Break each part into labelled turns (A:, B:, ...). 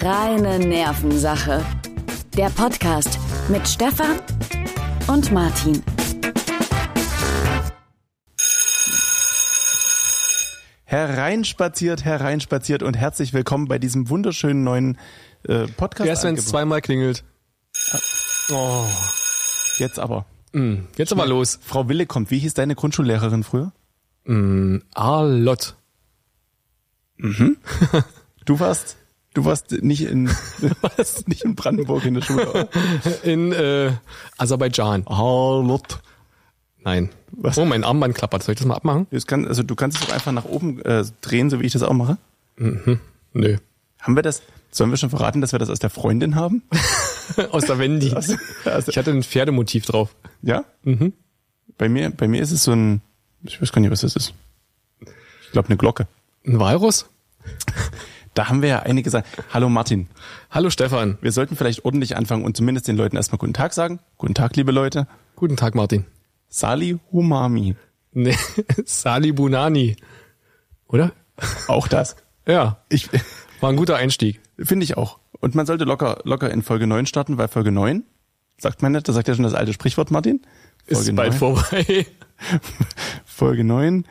A: Reine Nervensache. Der Podcast mit Stefan und Martin.
B: Hereinspaziert, hereinspaziert und herzlich willkommen bei diesem wunderschönen neuen äh, Podcast.
C: Erst wenn es zweimal klingelt. Oh.
B: Jetzt aber.
C: Mm, jetzt aber los.
B: Frau Wille kommt. Wie hieß deine Grundschullehrerin früher?
C: Mm, Arlott.
B: Du warst, du warst nicht in, warst nicht in Brandenburg in der Schule. oder?
C: In äh, Aserbaidschan. Oh,
B: Harlot.
C: Nein.
B: Was?
C: Oh, mein Armband klappert. Soll ich das mal abmachen?
B: Das kann, also du kannst es doch einfach nach oben äh, drehen, so wie ich das auch mache.
C: Nö.
B: Haben wir das? Sollen wir schon verraten, dass wir das aus der Freundin haben?
C: Aus der Wendy.
B: Also, also,
C: Ich hatte ein Pferdemotiv drauf.
B: ja. Bei mir, bei mir ist es so ein, ich weiß gar nicht, was das ist. Ich glaube eine Glocke.
C: Ein Walrus?
B: Da haben wir ja einige Sachen. Hallo Martin.
C: Hallo Stefan.
B: Wir sollten vielleicht ordentlich anfangen und zumindest den Leuten erstmal guten Tag sagen. Guten Tag, liebe Leute.
C: Guten Tag, Martin.
B: Sali Humami.
C: Nee, Sali Bunani. Oder?
B: Auch das.
C: Ja,
B: Ich,
C: war ein guter Einstieg.
B: finde ich auch. Und man sollte locker, locker in Folge 9 starten, weil Folge 9, sagt man nicht, da sagt ja schon das alte Sprichwort, Martin.
C: Ist bald vorbei.
B: Folge 9,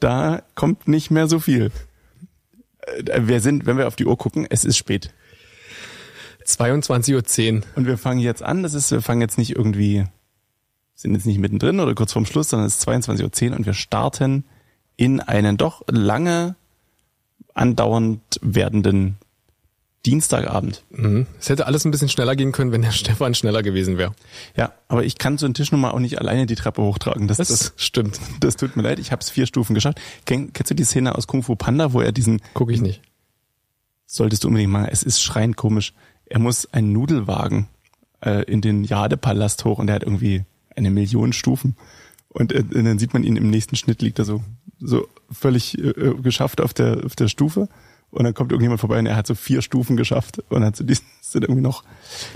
B: da kommt nicht mehr so viel. Äh, Wir sind, wenn wir auf die Uhr gucken, es ist spät.
C: 22.10 Uhr.
B: Und wir fangen jetzt an, das ist, wir fangen jetzt nicht irgendwie, sind jetzt nicht mittendrin oder kurz vorm Schluss, sondern es ist 22.10 Uhr und wir starten in einen doch lange andauernd werdenden Dienstagabend.
C: Mhm. Es hätte alles ein bisschen schneller gehen können, wenn der Stefan schneller gewesen wäre.
B: Ja, aber ich kann so einen Tisch nun mal auch nicht alleine die Treppe hochtragen. Das,
C: Das,
B: das,
C: stimmt.
B: das tut mir leid, ich habe es vier Stufen geschafft. Ken, kennst du die Szene aus Kung Fu Panda, wo er diesen,
C: Guck ich nicht.
B: solltest du unbedingt machen, es ist schreiend komisch, er muss einen Nudelwagen äh, in den Jadepalast hoch und er hat irgendwie eine Million Stufen. Und, äh, und dann sieht man ihn im nächsten Schnitt liegt er so, so völlig äh, äh, geschafft auf der, auf der Stufe. Und dann kommt irgendjemand vorbei und er hat so vier Stufen geschafft und hat so diesen, sind irgendwie noch,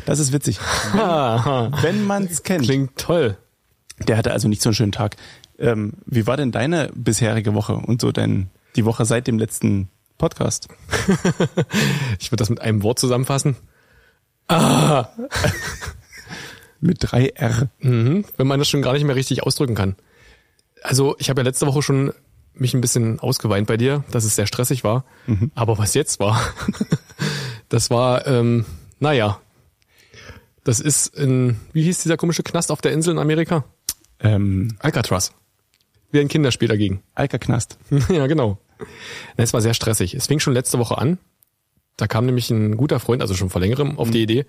B: das ist witzig.
C: Aha.
B: Wenn man es kennt.
C: Klingt toll.
B: Der hatte also nicht so einen schönen Tag. Ähm, wie war denn deine bisherige Woche und so dein, die Woche seit dem letzten Podcast?
C: Ich würde das mit einem Wort zusammenfassen.
B: Mit 3R.
C: wenn man das schon gar nicht mehr richtig ausdrücken kann. Also ich habe ja letzte Woche schon mich ein bisschen ausgeweint bei dir, dass es sehr stressig war. Aber was jetzt war, das war, ähm, naja, das ist in, wie hieß dieser komische Knast auf der Insel in Amerika?
B: Ähm,
C: Alcatraz. Wie ein Kinderspiel dagegen.
B: Alkerknast.
C: ja, genau. Na, Es war sehr stressig. Es fing schon letzte Woche an. Da kam nämlich ein guter Freund, also schon vor längerem, auf die Idee,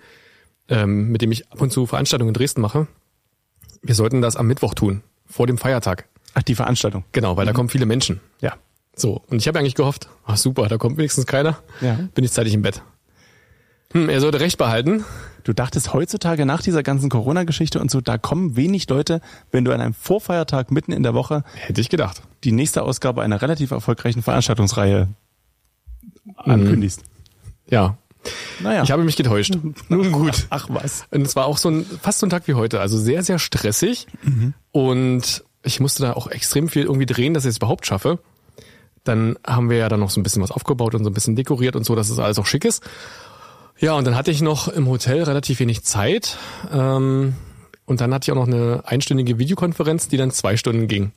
C: ähm, mit dem ich ab und zu Veranstaltungen in Dresden mache. Wir sollten das am Mittwoch tun, vor dem Feiertag.
B: Ach, die Veranstaltung.
C: Genau, weil da kommen viele Menschen.
B: Ja.
C: So, und ich habe eigentlich gehofft, ach super, da kommt wenigstens keiner.
B: Ja.
C: Bin ich zeitig im Bett. Hm, er sollte recht behalten.
B: Du dachtest heutzutage nach dieser ganzen Corona-Geschichte und so, da kommen wenig Leute, wenn du an einem Vorfeiertag mitten in der Woche
C: Hätte ich gedacht.
B: die nächste Ausgabe einer relativ erfolgreichen Veranstaltungsreihe ankündigst.
C: Ja.
B: Naja.
C: Mhm. Ich habe mich getäuscht. Nun gut.
B: Ach was.
C: Und es war auch so ein, fast so ein Tag wie heute, also sehr, sehr stressig. Und ich musste da auch extrem viel irgendwie drehen, dass ich es überhaupt schaffe. Dann haben wir ja dann noch so ein bisschen was aufgebaut und so ein bisschen dekoriert und so, dass es alles auch schick ist. Ja, und dann hatte ich noch im Hotel relativ wenig Zeit. Ähm, und dann hatte ich auch noch eine einstündige Videokonferenz, die dann zwei Stunden ging.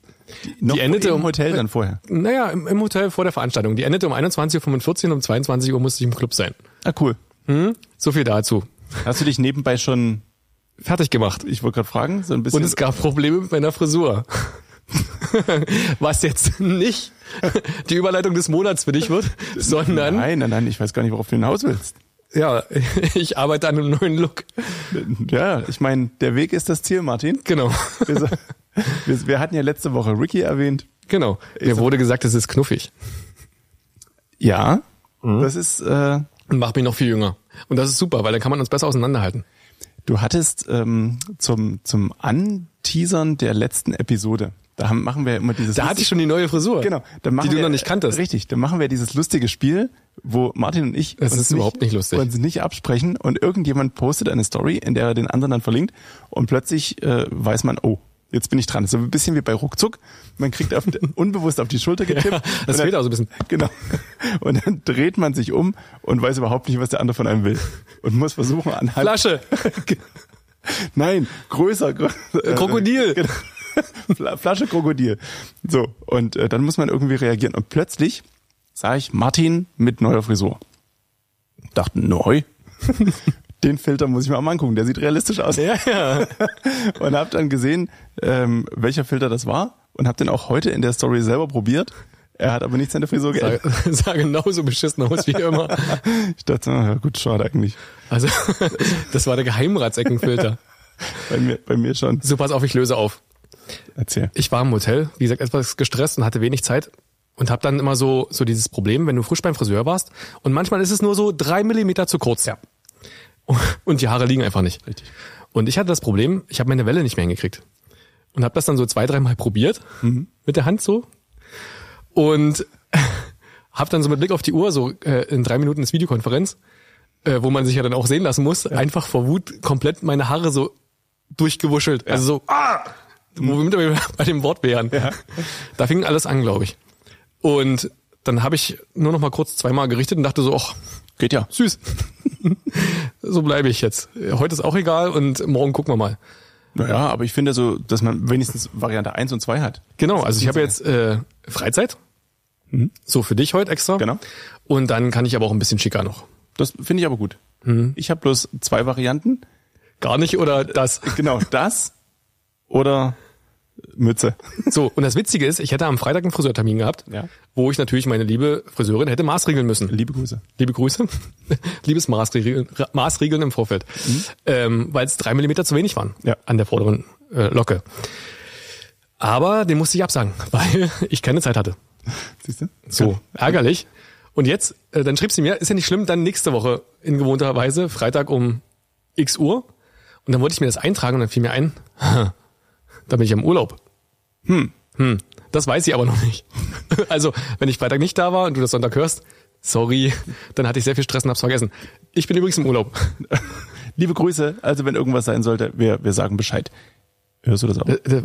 B: Noch
C: endete
B: im
C: um-
B: Hotel dann vorher.
C: Naja, im, im Hotel vor der Veranstaltung. Die endete um 21.45 Uhr und um 22 Uhr musste ich im Club sein.
B: Ah, cool.
C: So viel dazu.
B: Hast du dich nebenbei schon,
C: Fertig gemacht.
B: ich wollte gerade fragen, so ein bisschen
C: Und es gab Probleme mit meiner Frisur. Was jetzt nicht die Überleitung des Monats für dich wird, sondern
B: Nein, nein, nein, ich weiß gar nicht, worauf du hinaus willst.
C: ja, ich arbeite an einem neuen Look.
B: Ja, ich meine, der Weg ist das Ziel, Martin.
C: Genau.
B: Wir, so- wir, wir hatten ja letzte Woche Ricky erwähnt.
C: Genau. Mir wurde gesagt, es ist knuffig.
B: Ja,
C: Mhm.
B: das ist, äh,
C: Und macht mich noch viel jünger. Und das ist super, weil dann kann man uns besser auseinanderhalten.
B: du hattest ähm, zum, zum Anteasern der letzten Episode, da haben, machen wir ja immer dieses...
C: Da hatte ich schon die neue Frisur,
B: Genau, dann machen
C: die du
B: wir,
C: noch nicht kanntest.
B: Richtig, dann machen wir dieses lustige Spiel, wo Martin und ich
C: Es ist überhaupt nicht lustig.
B: uns nicht absprechen und irgendjemand postet eine Story, in der er den anderen dann verlinkt und plötzlich äh, weiß man, oh, jetzt bin ich dran. So ein bisschen wie bei Ruckzuck. Man kriegt auf, unbewusst auf die Schulter getippt.
C: Ja, das
B: und dann-
C: fehlt auch so ein bisschen.
B: Genau. Und dann dreht man sich um und weiß überhaupt nicht, was der andere von einem will. Und muss versuchen, anhalten.
C: Flasche,
B: Nein, größer. grö- äh,
C: Krokodil.
B: genau. Fla- Flasche Krokodil. So, und äh, dann muss man irgendwie reagieren. Und plötzlich sah ich Martin mit neuer Frisur. Dachte, neu? Den Filter muss ich mir auch mal angucken, der sieht realistisch aus.
C: Ja, ja.
B: Und hab dann gesehen, ähm, welcher Filter das war und hab den auch heute in der Story selber probiert. Er hat aber nichts an der Frisur
C: Sah,
B: geändert.
C: sah genauso beschissen aus wie immer.
B: Ich dachte, ah, ja gut, schade eigentlich.
C: Also, das war der Geheimratseckenfilter.
B: Bei mir, bei mir schon.
C: So, pass auf, ich löse auf.
B: Erzähl.
C: ich war im Hotel, wie gesagt, etwas gestresst und hatte wenig Zeit und habe dann immer so so dieses Problem, wenn du frisch beim Friseur warst und manchmal ist es nur so drei Millimeter zu kurz. Ja. Und die Haare liegen einfach nicht. Richtig. Und ich hatte das Problem, ich habe meine Welle nicht mehr hingekriegt und habe das dann so zwei, dreimal probiert mit der Hand so und habe dann so mit Blick auf die Uhr so äh, in drei Minuten ist Videokonferenz, äh, wo man sich ja dann auch sehen lassen muss, einfach vor Wut komplett meine Haare so durchgewuschelt, also so womit wir bei dem Wort wären. Da fing alles an, glaube ich. Und dann habe ich nur noch mal kurz zweimal gerichtet und dachte so, ach,
B: Geht ja.
C: süß. so bleibe ich jetzt. Heute ist auch egal und morgen gucken wir mal.
B: Naja, aber ich finde so, dass man wenigstens Variante 1 und 2 hat.
C: Genau, also ich habe jetzt äh, Freizeit. So für dich heute extra.
B: Mhm. Genau.
C: Und dann kann ich aber auch ein bisschen schicker noch.
B: Das finde ich aber gut. Ich habe bloß zwei Varianten.
C: Gar nicht oder das.
B: Genau, das oder Mütze.
C: So, und das Witzige ist, ich hätte am Freitag einen Friseurtermin gehabt,
B: Ja.
C: wo ich natürlich meine liebe Friseurin hätte maßregeln müssen.
B: Liebe Grüße.
C: liebe Grüße, liebes Maßregeln, Ra- Maßregeln im Vorfeld, ähm, weil es drei Millimeter zu wenig waren
B: Ja.
C: an der vorderen äh, Locke. Aber den musste ich absagen, weil ich keine Zeit hatte.
B: Siehst du?
C: So, ärgerlich. Und jetzt, äh, dann schrieb sie mir, ist ja nicht schlimm, dann nächste Woche in gewohnter Weise, Freitag um x Uhr. Und dann wollte ich mir das eintragen und dann fiel mir ein, da bin ich im Urlaub. Hm. Hm. Das weiß sie aber noch nicht. also, wenn ich Freitag nicht da war und du das Sonntag hörst, sorry, dann hatte ich sehr viel Stress und hab's vergessen. Ich bin übrigens im Urlaub.
B: Liebe Grüße. Also wenn irgendwas sein sollte, wir, wir sagen Bescheid. Hörst du das auch?
C: Äh, äh,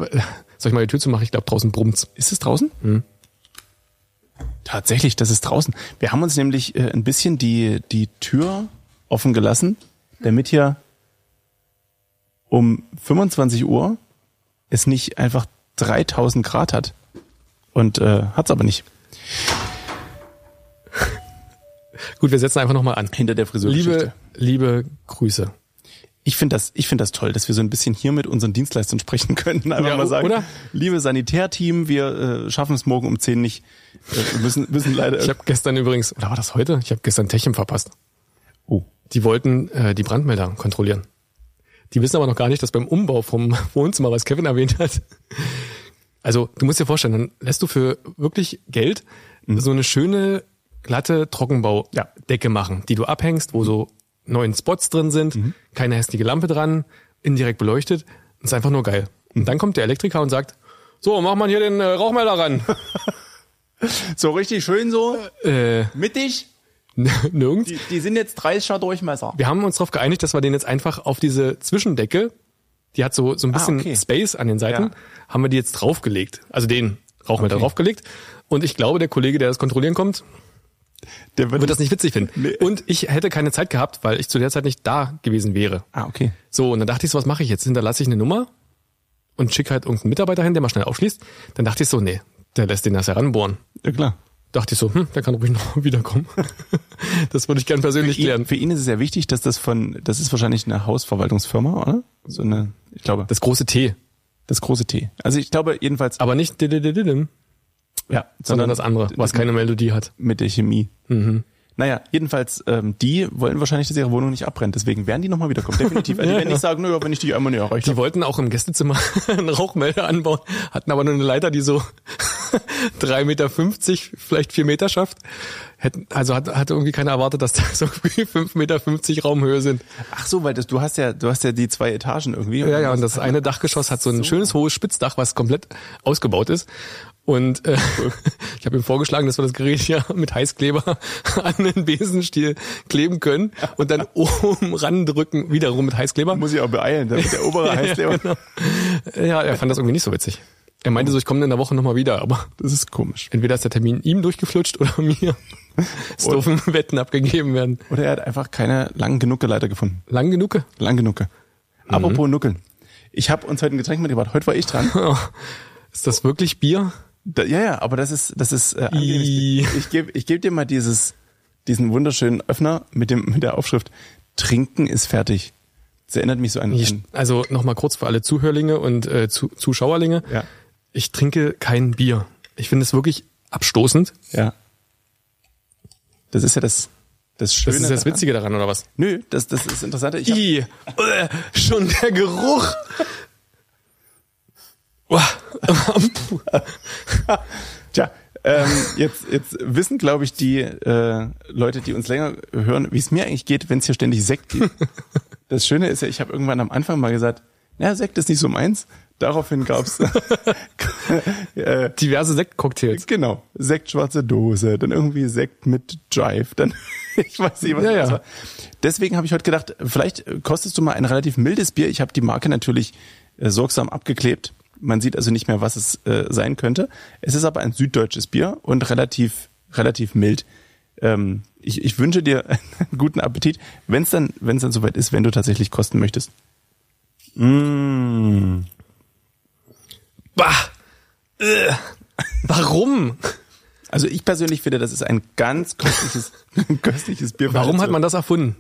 C: Soll ich mal die Tür zumachen? Ich glaube, draußen brummt's.
B: Ist es draußen?
C: Mhm.
B: Tatsächlich, das ist draußen. Wir haben uns nämlich äh, ein bisschen die, die Tür offen gelassen, damit hier um 25 Uhr es nicht einfach 3000 Grad hat. Und äh, hat's aber nicht.
C: Gut, wir setzen einfach nochmal an.
B: Hinter der Friseurgeschichte.
C: Liebe, liebe Grüße.
B: Ich finde das, ich finde das toll, dass wir so ein bisschen hier mit unseren Dienstleistern sprechen können. Einfach
C: Ja,
B: mal sagen,
C: oder?
B: liebe Sanitärteam, wir äh, schaffen es morgen um 10 nicht. Äh, wir müssen, müssen leider.
C: Ich habe gestern übrigens, oder war das heute? Ich habe gestern Techim verpasst.
B: oh.
C: Die wollten äh, die Brandmelder kontrollieren. Die wissen aber noch gar nicht, dass beim Umbau vom Wohnzimmer, was Kevin erwähnt hat, also du musst dir vorstellen, dann lässt du für wirklich Geld so eine schöne glatte
B: Ja.
C: Trockenbaudecke machen, die du abhängst, wo so neun Spots drin sind, keine hässliche Lampe dran, indirekt beleuchtet, ist einfach nur geil. Und dann kommt der Elektriker und sagt, so, mach mal hier den äh, Rauchmelder ran.
B: So richtig schön so,
C: äh,
B: mittig.
C: nirgends.
B: Die, die sind jetzt 30er Durchmesser.
C: wir haben uns darauf geeinigt, dass wir den jetzt einfach auf diese Zwischendecke, die hat so, so ein bisschen
B: Ah, okay.
C: Space an den Seiten,
B: Ja.
C: haben wir die jetzt draufgelegt. Also den Rauchmelder
B: Okay.
C: draufgelegt. Und ich glaube, der Kollege, der das kontrollieren kommt,
B: Der
C: wird das nicht witzig finden.
B: Nee.
C: Und ich hätte keine Zeit gehabt, weil ich zu der Zeit nicht da gewesen wäre.
B: Ah, okay.
C: So, und dann dachte ich so, was mache ich jetzt? Hinterlasse ich eine Nummer und schicke halt irgendeinen Mitarbeiter hin, der mal schnell aufschließt. Dann dachte ich so, nee, der lässt den das heranbohren.
B: Ja, klar.
C: Dachte ich so, hm, der kann ruhig noch wiederkommen. das würde ich gern persönlich
B: Ihn,
C: klären.
B: für ihn ist es ja wichtig, dass das von, das ist wahrscheinlich eine Hausverwaltungsfirma, oder? So eine, ich glaube, das,
C: Das große T.
B: das große T. Also ich glaube jedenfalls,
C: Aber nicht dididididim,
B: ja,
C: sondern das andere, was keine Melodie hat.
B: mit der Chemie. Naja, jedenfalls, ähm, die wollen wahrscheinlich, dass ihre Wohnung nicht abbrennt. Deswegen werden die nochmal wiederkommen. Definitiv. Also die werden nicht sagen, naja, wenn ich die einmal nicht erreicht
C: Die
B: habe.
C: wollten auch im Gästezimmer einen Rauchmelder anbauen, hatten aber nur eine Leiter, die so 3,50 Meter, vielleicht 4 Meter schafft. Hätten, also hat, hatte irgendwie keiner erwartet, dass da so 5,50 Meter Raumhöhe sind.
B: Ach so, weil das, du hast ja, du hast ja die zwei Etagen irgendwie.
C: Ja, ja, und das eine Dachgeschoss hat so ein schönes hohes Spitzdach, was komplett ausgebaut ist. Und äh, ich habe ihm vorgeschlagen, dass wir das Gerät ja mit Heißkleber an den Besenstiel kleben können und dann oben randrücken, wiederum mit Heißkleber.
B: Muss ich auch beeilen, damit der obere Heißkleber.
C: Ja, genau. ja, er fand das irgendwie nicht so witzig. Er meinte so, ich komme in der Woche nochmal wieder, aber
B: Das ist komisch.
C: entweder ist der Termin ihm durchgeflutscht oder mir. Es dürfen Wetten abgegeben werden.
B: Oder er hat einfach keine lang genug Leiter gefunden.
C: Lang genug?
B: Lang genug. Apropos Nuckeln. Ich habe uns heute ein Getränk mitgebracht. Heute war ich dran.
C: Ist das wirklich Bier?
B: Da, ja, ja, aber das ist, das ist, äh, angenehm.
C: I.
B: ich, ich gebe ich geb dir mal dieses, diesen wunderschönen Öffner mit dem, mit der Aufschrift Trinken ist fertig. Das erinnert mich so an,
C: Ich,
B: an
C: also nochmal kurz für alle Zuhörlinge und äh, Zu Zuschauerlinge.
B: Ja.
C: Ich trinke kein Bier. Ich finde es wirklich abstoßend.
B: ja. Das ist ja das, das Schöne.
C: Das ist das
B: daran.
C: Witzige daran, oder was?
B: Nö, das, das ist Interessante. Ich hab,
C: I, äh, schon der Geruch. Uah.
B: Tja, ähm, jetzt, jetzt wissen, glaube ich, die äh, Leute, die uns länger hören, wie es mir eigentlich geht, wenn es hier ständig Sekt gibt. Das Schöne ist ja, ich habe irgendwann am Anfang mal gesagt, na, Sekt ist nicht so meins. Daraufhin gab's äh,
C: Diverse Sektcocktails.
B: genau Sekt schwarze Dose, dann irgendwie Sekt mit Jive, dann ich weiß nicht was.
C: Ja,
B: das
C: ja.
B: war. Deswegen habe ich heute gedacht, vielleicht kostest du mal ein relativ mildes Bier. Ich habe die Marke natürlich äh, sorgsam abgeklebt. Man sieht also nicht mehr, was es äh, sein könnte. Es ist aber ein süddeutsches Bier und relativ, relativ mild. Ähm, ich, ich wünsche dir einen guten Appetit, wenn es dann, wenn's dann soweit ist, wenn du tatsächlich kosten möchtest.
C: Bah. Äh. Warum?
B: Also ich persönlich finde, das ist ein ganz köstliches, köstliches Bier. für
C: Warum
B: alle
C: hat man das erfunden?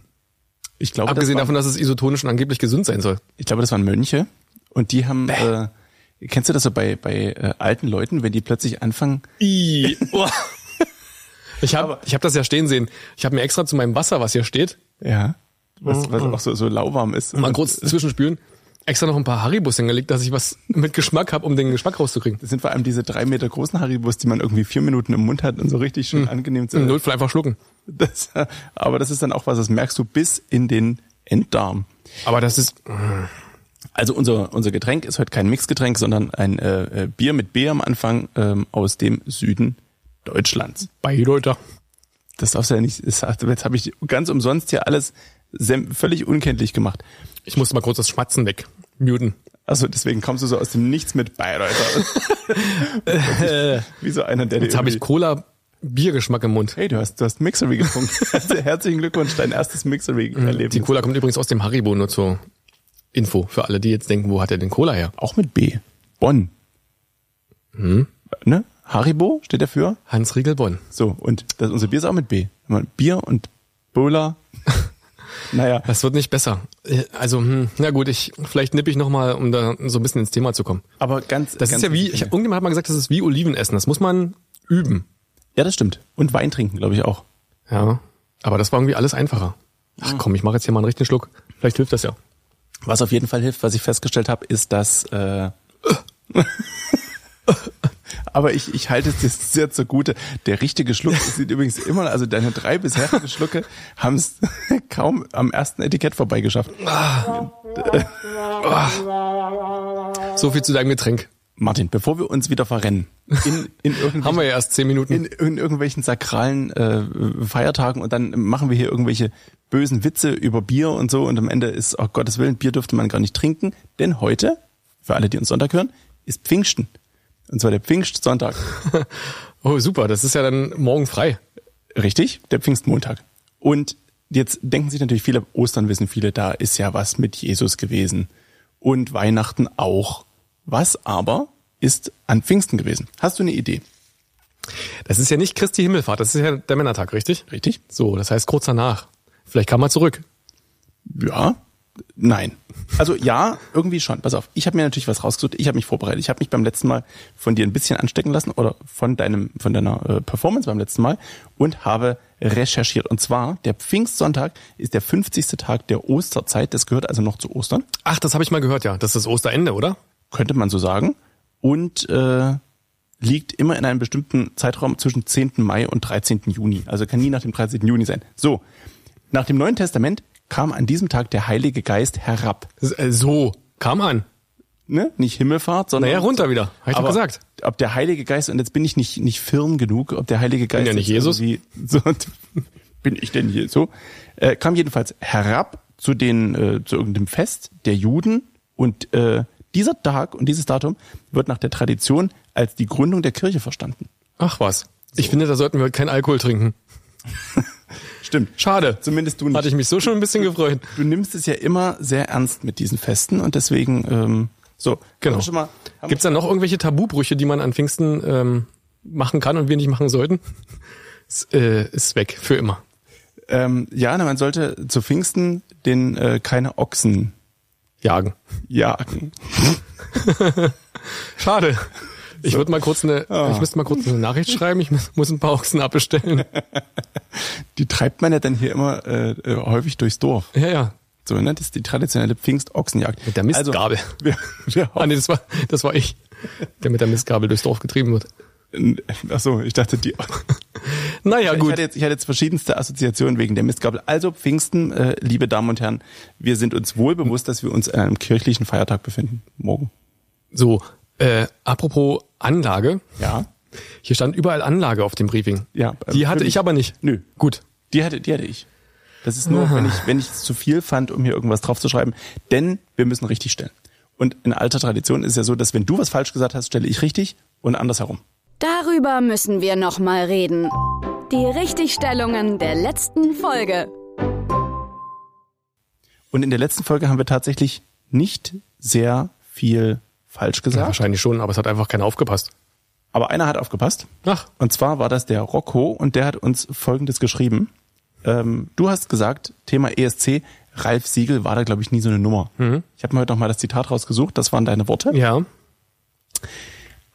B: Ich glaube, das
C: Abgesehen
B: war-
C: davon, dass es isotonisch und angeblich gesund sein soll.
B: ich glaube, das waren Mönche und die haben, äh, kennst du das so bei, bei äh, alten Leuten, wenn die plötzlich anfangen,
C: I. Uah. Ich habe ich hab das ja stehen sehen. Ich habe mir extra zu meinem Wasser, was hier steht,
B: ja, was, was auch so, so lauwarm ist.
C: mal kurz zwischenspülen, extra noch ein paar Haribos hingelegt, dass ich was mit Geschmack habe, um den Geschmack rauszukriegen.
B: Das sind vor allem diese drei Meter großen Haribus, die man irgendwie vier Minuten im Mund hat und so richtig
C: Hm.
B: schön angenehm
C: Im
B: sind.
C: Notfall einfach schlucken.
B: Das, aber das ist dann auch was, das merkst du bis in den Enddarm.
C: Aber das ist,
B: Also unser, unser Getränk ist heute kein Mixgetränk, sondern ein äh, äh, Bier mit B am Anfang ähm, aus dem Süden Deutschlands.
C: Beideuter.
B: Das darfst du ja nicht. Das, jetzt habe ich ganz umsonst hier alles sem- völlig unkenntlich gemacht.
C: Ich musste mal kurz das Schmatzen weg. Muten.
B: Also deswegen kommst du so aus dem Nichts mit Bayreuther. Wie so einer, der dir
C: Jetzt habe ich
B: irgendwie-
C: Cola-Biergeschmack im Mund.
B: Hey, du hast, du hast Mixery getrunken. Herzlichen Glückwunsch, dein erstes
C: Mhm. Die
B: Mixery-Erlebnis.
C: Cola kommt übrigens aus dem Haribo, nur zur Info. Für alle, die jetzt denken, wo hat er denn Cola her?
B: Auch mit B. Bonn.
C: Mhm.
B: Ne? Haribo steht dafür.
C: Hans Riegel Bonn.
B: So, und das, unser Bier ist auch mit B. Immer Bier und Bola. naja,
C: Das wird nicht besser. Äh, Also, hm, na gut, ich, vielleicht nippe ich nochmal, um da so ein bisschen ins Thema zu kommen.
B: aber ganz...
C: Das
B: ganz
C: ist ja wie, ich, irgendjemand hat mal gesagt, das ist wie Oliven essen. Das muss man üben.
B: Ja, das stimmt. Und Wein trinken, glaube ich, auch.
C: Ja. Aber das war irgendwie alles einfacher. Ach komm, ich mache jetzt hier mal einen richtigen Schluck. Vielleicht hilft das ja.
B: Was auf jeden Fall hilft, was ich festgestellt habe, ist, dass. Äh, aber ich, ich halte es dir sehr zugute. Der richtige Schluck sieht übrigens immer, also deine drei bisherigen Schlucke haben es kaum am ersten Etikett vorbeigeschafft.
C: So viel zu deinem Getränk.
B: Martin, bevor wir uns wieder verrennen, in, in,
C: Haben wir
B: irgendwelchen,
C: ja erst zehn Minuten.
B: in, in irgendwelchen sakralen äh, Feiertagen und dann machen wir hier irgendwelche bösen Witze über Bier und so und am Ende ist, oh Gottes Willen, Bier dürfte man gar nicht trinken, denn heute, für alle, die uns Sonntag hören, ist Pfingsten. Und zwar der Pfingstsonntag.
C: Oh super, das ist ja dann morgen frei.
B: Richtig, der Pfingstmontag. Und jetzt denken sich natürlich viele, Ostern wissen viele, da ist ja was mit Jesus gewesen. Und Weihnachten auch. Was aber ist an Pfingsten gewesen? Hast du eine Idee?
C: Das ist ja nicht Christi Himmelfahrt, das ist ja der Männertag, richtig?
B: Richtig?
C: So, das heißt kurz danach. Vielleicht kam er zurück.
B: Ja. Nein. Also ja, irgendwie schon. Pass auf, ich habe mir natürlich was rausgesucht. Ich habe mich vorbereitet. Ich habe mich beim letzten Mal von dir ein bisschen anstecken lassen oder von deinem von deiner äh, Performance beim letzten Mal und habe recherchiert. Und zwar der Pfingstsonntag ist der 50. Tag der Osterzeit. Das gehört also noch zu Ostern.
C: Ach, das habe ich mal gehört, ja. Das ist Osterende, oder?
B: könnte man so sagen, und äh, liegt immer in einem bestimmten Zeitraum zwischen 10. Mai und 13. Juni. Also kann nie nach dem 13. Juni sein. So, nach dem Neuen Testament kam an diesem Tag der Heilige Geist herab.
C: S- äh, So, kam an.
B: ne, nicht Himmelfahrt, sondern.
C: Naja, runter wieder. Hab ich doch
B: aber
C: gesagt.
B: Ob der Heilige Geist, und jetzt bin ich nicht, nicht firm genug, ob der Heilige Geist.
C: ja nicht
B: jetzt
C: Jesus.
B: irgendwie- So, bin ich denn hier so? Äh, kam jedenfalls herab zu den, äh, zu irgendeinem Fest der Juden und, äh, dieser Tag und dieses Datum wird nach der Tradition als die Gründung der Kirche verstanden.
C: Ach was. Ich finde, da sollten wir keinen Alkohol trinken.
B: Stimmt.
C: Schade.
B: Zumindest du nicht.
C: Hatte ich mich so schon ein bisschen gefreut.
B: du nimmst es ja immer sehr ernst mit diesen Festen und deswegen, ähm, so,
C: Genau.
B: haben wir schon mal, haben
C: Gibt's da noch irgendwelche Tabubrüche, die man an Pfingsten ähm, machen kann und wir nicht machen sollten? Ist, äh, ist weg für immer.
B: ähm, ja, na, man sollte zu Pfingsten den äh, keine Ochsen
C: Jagen.
B: jagen.
C: Schade. Ich würde mal kurz eine,
B: Ah.
C: ich müsste mal kurz eine Nachricht schreiben. Ich muss muss ein paar Ochsen abbestellen.
B: Die treibt man ja dann hier immer äh, äh, häufig durchs Dorf.
C: Ja, ja.
B: So, ne? Das ist die traditionelle Pfingstochsenjagd.
C: Mit der Mistgabel.
B: Also, wir, wir
C: Ah, nee, das war, das war ich, der mit der Mistgabel durchs Dorf getrieben wird.
B: hoffen, äh, ach so, ich dachte, die,
C: Naja,
B: Ich,
C: gut.
B: hatte jetzt, ich hatte jetzt verschiedenste Assoziationen wegen der Mistgabel. Also Pfingsten, äh, liebe Damen und Herren, wir sind uns wohl bewusst, dass wir uns an einem kirchlichen Feiertag befinden. Morgen.
C: So, äh, apropos Anlage.
B: Ja.
C: Hier stand überall Anlage auf dem Briefing.
B: Ja,
C: Die
B: äh,
C: hatte
B: für
C: ich
B: mich.
C: aber nicht.
B: Nö.
C: Gut.
B: Die hatte, die hatte ich. Das ist nur, wenn ich, wenn ich es zu viel fand, um hier irgendwas draufzuschreiben. Denn wir müssen richtig stellen. Und in alter Tradition ist ja so, dass wenn du was falsch gesagt hast, stelle ich richtig und andersherum.
A: Darüber müssen wir nochmal reden. Die Richtigstellungen der letzten Folge.
B: Und in der letzten Folge haben wir tatsächlich nicht sehr viel falsch
C: Ja,
B: gesagt.
C: wahrscheinlich schon, aber es hat einfach keiner aufgepasst.
B: Aber einer hat aufgepasst.
C: Ach,
B: Und zwar war das der Rocco und der hat uns Folgendes geschrieben. Ähm, du hast gesagt, Thema ESC, Ralf Siegel war da, glaube ich, nie so eine Nummer. Ich habe mir heute nochmal das Zitat rausgesucht, das waren deine Worte.
C: Mhm. ja.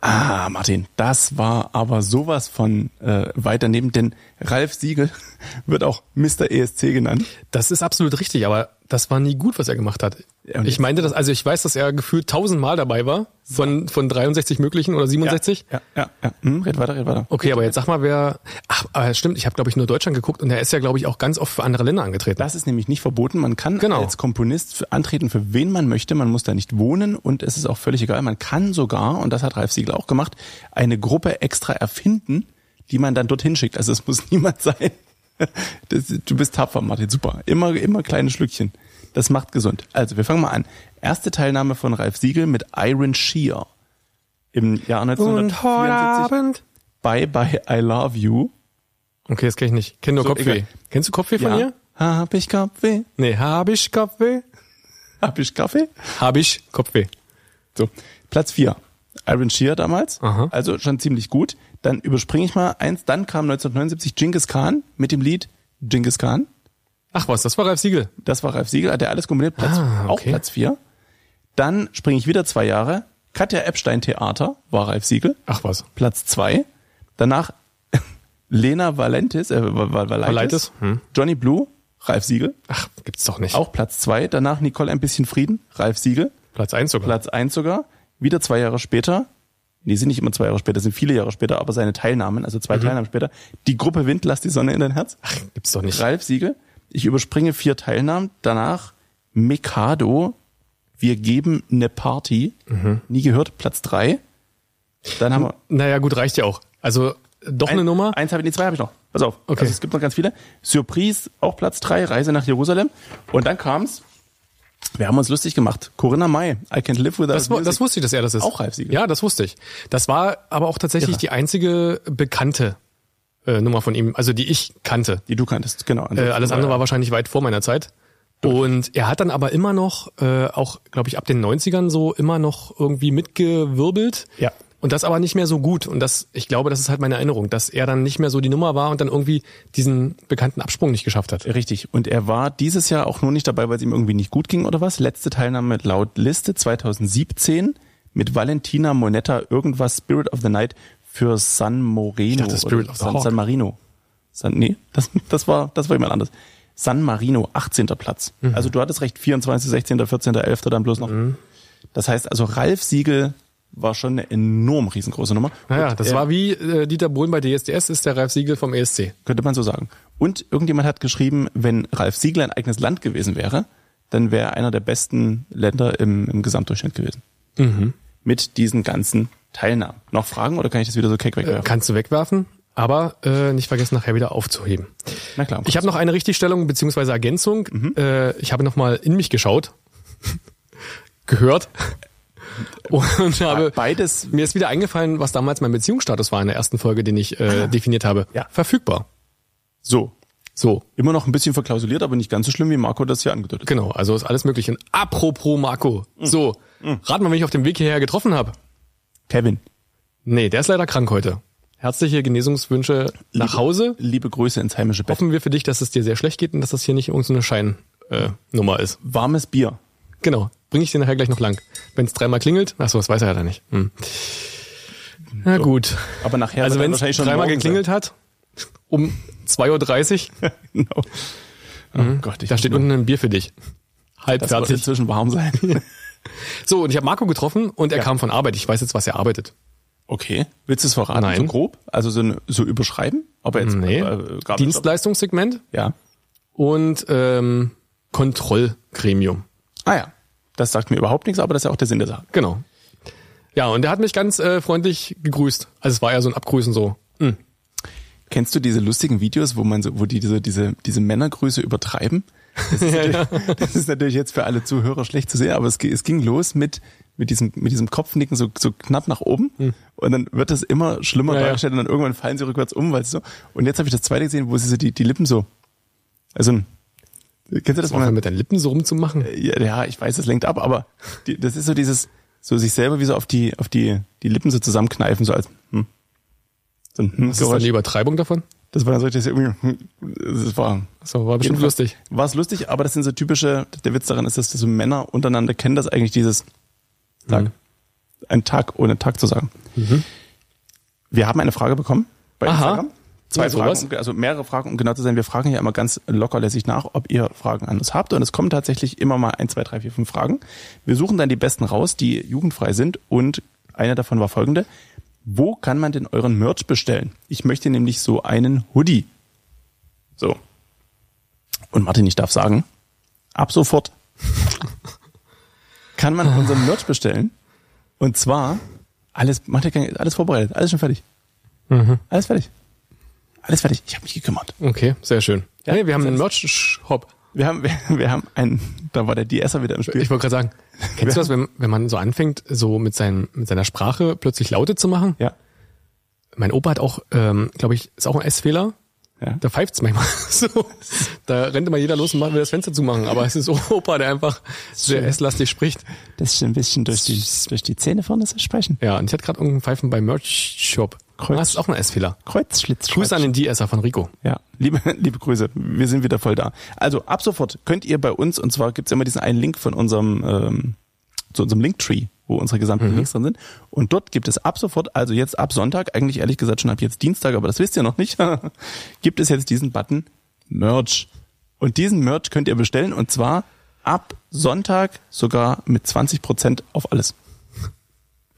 B: Ah, Martin, das war aber sowas von äh, weiter neben, denn Ralf Siegel wird auch Mr. ESC genannt.
C: Das ist absolut richtig, aber das war nie gut, was er gemacht hat.
B: Ja, und
C: ich
B: jetzt-
C: meinte das, also ich weiß, dass er gefühlt tausendmal dabei war, von, von 63 möglichen oder 67.
B: Ja, ja, ja. Hm, red weiter, red weiter.
C: Okay, aber jetzt sag mal, wer. Ach, aber stimmt, ich habe, glaube ich, nur Deutschland geguckt und er ist ja, glaube ich, auch ganz oft für andere Länder angetreten.
B: Das ist nämlich nicht verboten. Man kann
C: Genau.
B: als Komponist für, antreten, für wen man möchte. Man muss da nicht wohnen und es ist auch völlig egal. Man kann sogar, und das hat Ralf Siegel auch gemacht, eine Gruppe extra erfinden, die man dann dorthin schickt. Also es muss niemand sein. Das, du bist tapfer, Martin. Super. Immer, immer kleine Schlückchen. Das macht gesund. Also, wir fangen mal an. Erste Teilnahme von Ralf Siegel mit Iron Shear im Jahr 1974 Bye Bye I Love You.
C: Okay, das kenn ich nicht. Kenn nur
B: So,
C: Kopfweh.
B: egal.
C: Kennst du Kopfweh von ihr?
B: Hab ich Kaffee?
C: Nee, hab ich Kopfweh?
B: Hab ich Kaffee?
C: Hab ich Kopfweh.
B: So, Platz vier, Iron Shear damals,
C: Aha.
B: also schon ziemlich gut. Dann überspringe ich mal eins, dann kam 1979 Genghis Khan mit dem Lied Genghis Khan.
C: Ach was, das war Ralf Siegel.
B: Das war Ralf Siegel, hat er alles kombiniert, Platz,
C: Ah,
B: auch
C: okay.
B: Platz vier. Dann springe ich wieder zwei Jahre, Katja Epstein Theater war Ralf Siegel,
C: Ach was.
B: Platz zwei. Danach Lena Valentis, äh, Val- Val- Valaitis,
C: Valaitis, hm.
B: Johnny Blue, Ralf Siegel,
C: Ach, gibt's doch nicht.
B: auch Platz zwei. Danach Nicole ein bisschen Frieden, Ralf Siegel.
C: Platz eins sogar.
B: Platz eins sogar, wieder zwei Jahre später, nee, sind nicht immer zwei Jahre später, sind viele Jahre später, aber seine Teilnahmen, also zwei Teilnahmen später, die Gruppe Wind, lass die Sonne in dein Herz,
C: Mhm. Ach, gibt's doch nicht.
B: Ralf Siegel, ich überspringe vier Teilnahmen, danach Mikado, wir geben ne Party,
C: Mhm.
B: nie gehört, Platz drei, dann haben wir
C: Naja, gut, reicht ja auch. Also, doch Hm? eine
B: ein-
C: Nummer.
B: Eins habe ich, nee, zwei habe ich noch. Pass auf.
C: Okay.
B: Also es gibt noch ganz viele. Surprise, auch Platz drei, Reise nach Jerusalem. Und dann kam's. Wir haben uns lustig gemacht. Corinna May, I can't live without
C: Das, wu-
B: music.
C: das wusste ich, dass er das ist.
B: Auch Ralf Siegel.
C: Ja, das wusste ich. Das war aber auch tatsächlich
B: Irre.
C: die einzige bekannte äh, Nummer von ihm, also die ich kannte.
B: Die du kanntest, genau.
C: Äh, alles andere war wahrscheinlich weit vor meiner Zeit. Und er hat dann aber immer noch, äh, auch glaube ich ab den 90ern so, immer noch irgendwie mitgewirbelt.
B: Ja.
C: Und das aber nicht mehr so gut. Und das, ich glaube, das ist halt meine Erinnerung, dass er dann nicht mehr so die Nummer war und dann irgendwie diesen bekannten Absprung nicht geschafft hat.
B: Äh, Richtig. Und er war dieses Jahr auch nur nicht dabei, weil es ihm irgendwie nicht gut ging oder was. Letzte Teilnahme laut Liste 2017 mit Valentina Monetta irgendwas Spirit of the Night für San Moreno. Ich
C: dachte, Spirit of the
B: San,
C: Hawk.
B: San Marino. San, nee, das, das war, das war jemand anderes. San Marino, 18. Platz.
C: Mhm.
B: Also du hattest recht, 24, 16, 14, 11, dann bloß noch. Das heißt also, Ralf Siegel war schon eine enorm riesengroße Nummer.
C: Naja,
B: Und
C: das
B: er-
C: war wie äh, Dieter Bohlen bei DSDS, ist der Ralf Siegel vom E ESC.
B: könnte man so sagen. Und irgendjemand hat geschrieben, wenn Ralf Siegel ein eigenes Land gewesen wäre, dann wäre er einer der besten Länder im, im Gesamtdurchschnitt gewesen.
C: Mhm.
B: mit diesen ganzen Teilnahmen. Noch Fragen oder kann ich das wieder so keck
C: Äh,
B: wegwerfen?
C: kannst du wegwerfen, aber äh, nicht vergessen, nachher wieder aufzuheben.
B: Na klar. um
C: Ich habe noch eine Richtigstellung bzw. Ergänzung.
B: Mhm.
C: Äh, ich habe nochmal in mich geschaut, gehört
B: Äh,
C: und habe
B: beides.
C: mir ist wieder eingefallen, was damals mein Beziehungsstatus war in der ersten Folge, den ich äh, definiert habe.
B: Ah. Ja.
C: Verfügbar.
B: So.
C: So,
B: Immer noch ein bisschen verklausuliert, aber nicht ganz so schlimm, wie Marco das hier angedeutet hat.
C: genau. Also ist alles möglich. Und apropos Marco.
B: Mhm.
C: So, rat mal, wen ich auf dem Weg hierher getroffen habe.
B: Kevin,
C: Nee, der ist leider krank heute. Herzliche Genesungswünsche nach Hause.
B: liebe Grüße ins heimische Bett.
C: Hoffen wir für dich, dass es dir sehr schlecht geht und dass das hier nicht irgendeine Scheinnummer äh, Nummer ist.
B: Warmes Bier.
C: Genau. Bringe ich dir nachher gleich noch lang. Wenn es dreimal klingelt, achso, das weiß er ja dann nicht. Hm. Na gut.
B: Aber nachher
C: Also
B: wird er
C: wenn es
B: wahrscheinlich schon
C: dreimal
B: morgen
C: geklingelt hat, um 2.30 Uhr,
B: sein. genau. Oh Gott, ich
C: Mhm. da steht
B: muss mal-
C: unten ein Bier für dich. Halb
B: das wird
C: fertig.
B: inzwischen warm sein.
C: So, und ich habe Marco getroffen und er kam von Arbeit. Ich weiß jetzt, was er arbeitet.
B: Okay. Willst du es verraten,
C: Nein.
B: so grob? Also so, ne- so überschreiben? Aber jetzt
C: Nee.
B: äh, gab es-
C: Dienstleistungssegment
B: Ja.
C: und ähm, Kontrollgremium.
B: Ah ja. Das sagt mir überhaupt nichts, aber das ist ja auch der Sinn der Sache.
C: Genau. Ja, und er hat mich ganz äh, freundlich gegrüßt. Also es war ja so ein Abgrüßen so. Hm.
B: Kennst du diese lustigen Videos, wo man so, wo die diese, diese, diese Männergrüße übertreiben? Das ist, natürlich, das ist natürlich jetzt für alle Zuhörer schlecht zu sehen, aber es, ge- es ging los mit, mit diesem, mit diesem Kopfnicken so, so knapp nach oben und dann wird das immer schlimmer
C: Hm. Ja, ja.
B: dargestellt und dann irgendwann fallen sie rückwärts um, weil es so, und jetzt habe ich das zweite gesehen, wo sie so die, die Lippen so, also, ein- kennst du das, wenn
C: Aufhören
B: man,
C: mit deinen Lippen so rumzumachen.
B: ja, ja, ich weiß, es lenkt ab, aber die, das ist so dieses, so sich selber wie so auf die, auf die, die Lippen so zusammenkneifen, so als, hm, so ein hm
C: Das ist dann die Übertreibung davon.
B: das war dann so richtig irgendwie, das war,
C: So, war bestimmt
B: Jedenfalls
C: lustig.
B: War es lustig, aber das sind so typische, der Witz daran ist, dass so Männer untereinander kennen das eigentlich dieses
C: Mhm.
B: Tag. Ein Tag ohne Tag zu sagen. Wir haben eine Frage bekommen bei
C: Aha.
B: Instagram. Zwei
C: Ja, sowas.
B: Fragen, um- also mehrere Fragen, um genau zu sein. Wir fragen hier immer ganz lockerlässig nach, ob ihr Fragen an uns habt. Und es kommen tatsächlich immer mal ein, zwei, drei, vier, fünf Fragen. Wir suchen dann die besten raus, die jugendfrei sind. Und eine davon war folgende. Wo kann man denn euren Merch bestellen? Ich möchte nämlich so einen Hoodie. So. Und Martin, ich darf sagen, ab sofort kann man unseren Merch bestellen. Und zwar, alles, Martin, ist alles vorbereitet, alles schon fertig.
C: Mhm.
B: Alles fertig. Alles fertig. Ich habe mich gekümmert.
C: Okay, sehr schön.
B: Ja,
C: nee, wir haben einen
B: selbst-
C: Merch-Shop.
B: Wir haben, wir, wir haben einen, da war der DSer wieder im Spiel.
C: Ich wollte gerade sagen, kennst du das, wenn, wenn man so anfängt, so mit, seinem, mit seiner Sprache plötzlich Laute zu machen?
B: ja.
C: Mein Opa hat auch, ähm, glaube ich, ist auch ein S-Fehler.
B: Ja.
C: Da pfeift's manchmal so. Da rennt immer jeder los und macht- will das Fenster zumachen. Aber es ist Opa, der einfach sehr S-lastig spricht.
B: Das ist ein bisschen durch die, durch die Zähne vorne zu sprechen.
C: Ja, und ich hatte gerade irgendeinen Pfeifen beim Merch-Shop.
B: Kreuz.
C: Das ist auch ein S-Fehler.
B: Kreuzschlitz.
C: Grüße an den DSer von Rico.
B: Ja, liebe, liebe Grüße. Wir sind wieder voll da. Also ab sofort könnt ihr bei uns, und zwar gibt's immer diesen einen Link von unserem, ähm, zu unserem Linktree, wo unsere gesamten Links drin sind. Und dort gibt es ab sofort, also jetzt ab Sonntag, eigentlich ehrlich gesagt schon ab jetzt Dienstag, aber das wisst ihr noch nicht, gibt es jetzt diesen Button Merch. Und diesen Merch könnt ihr bestellen und zwar ab Sonntag sogar mit 20% auf alles.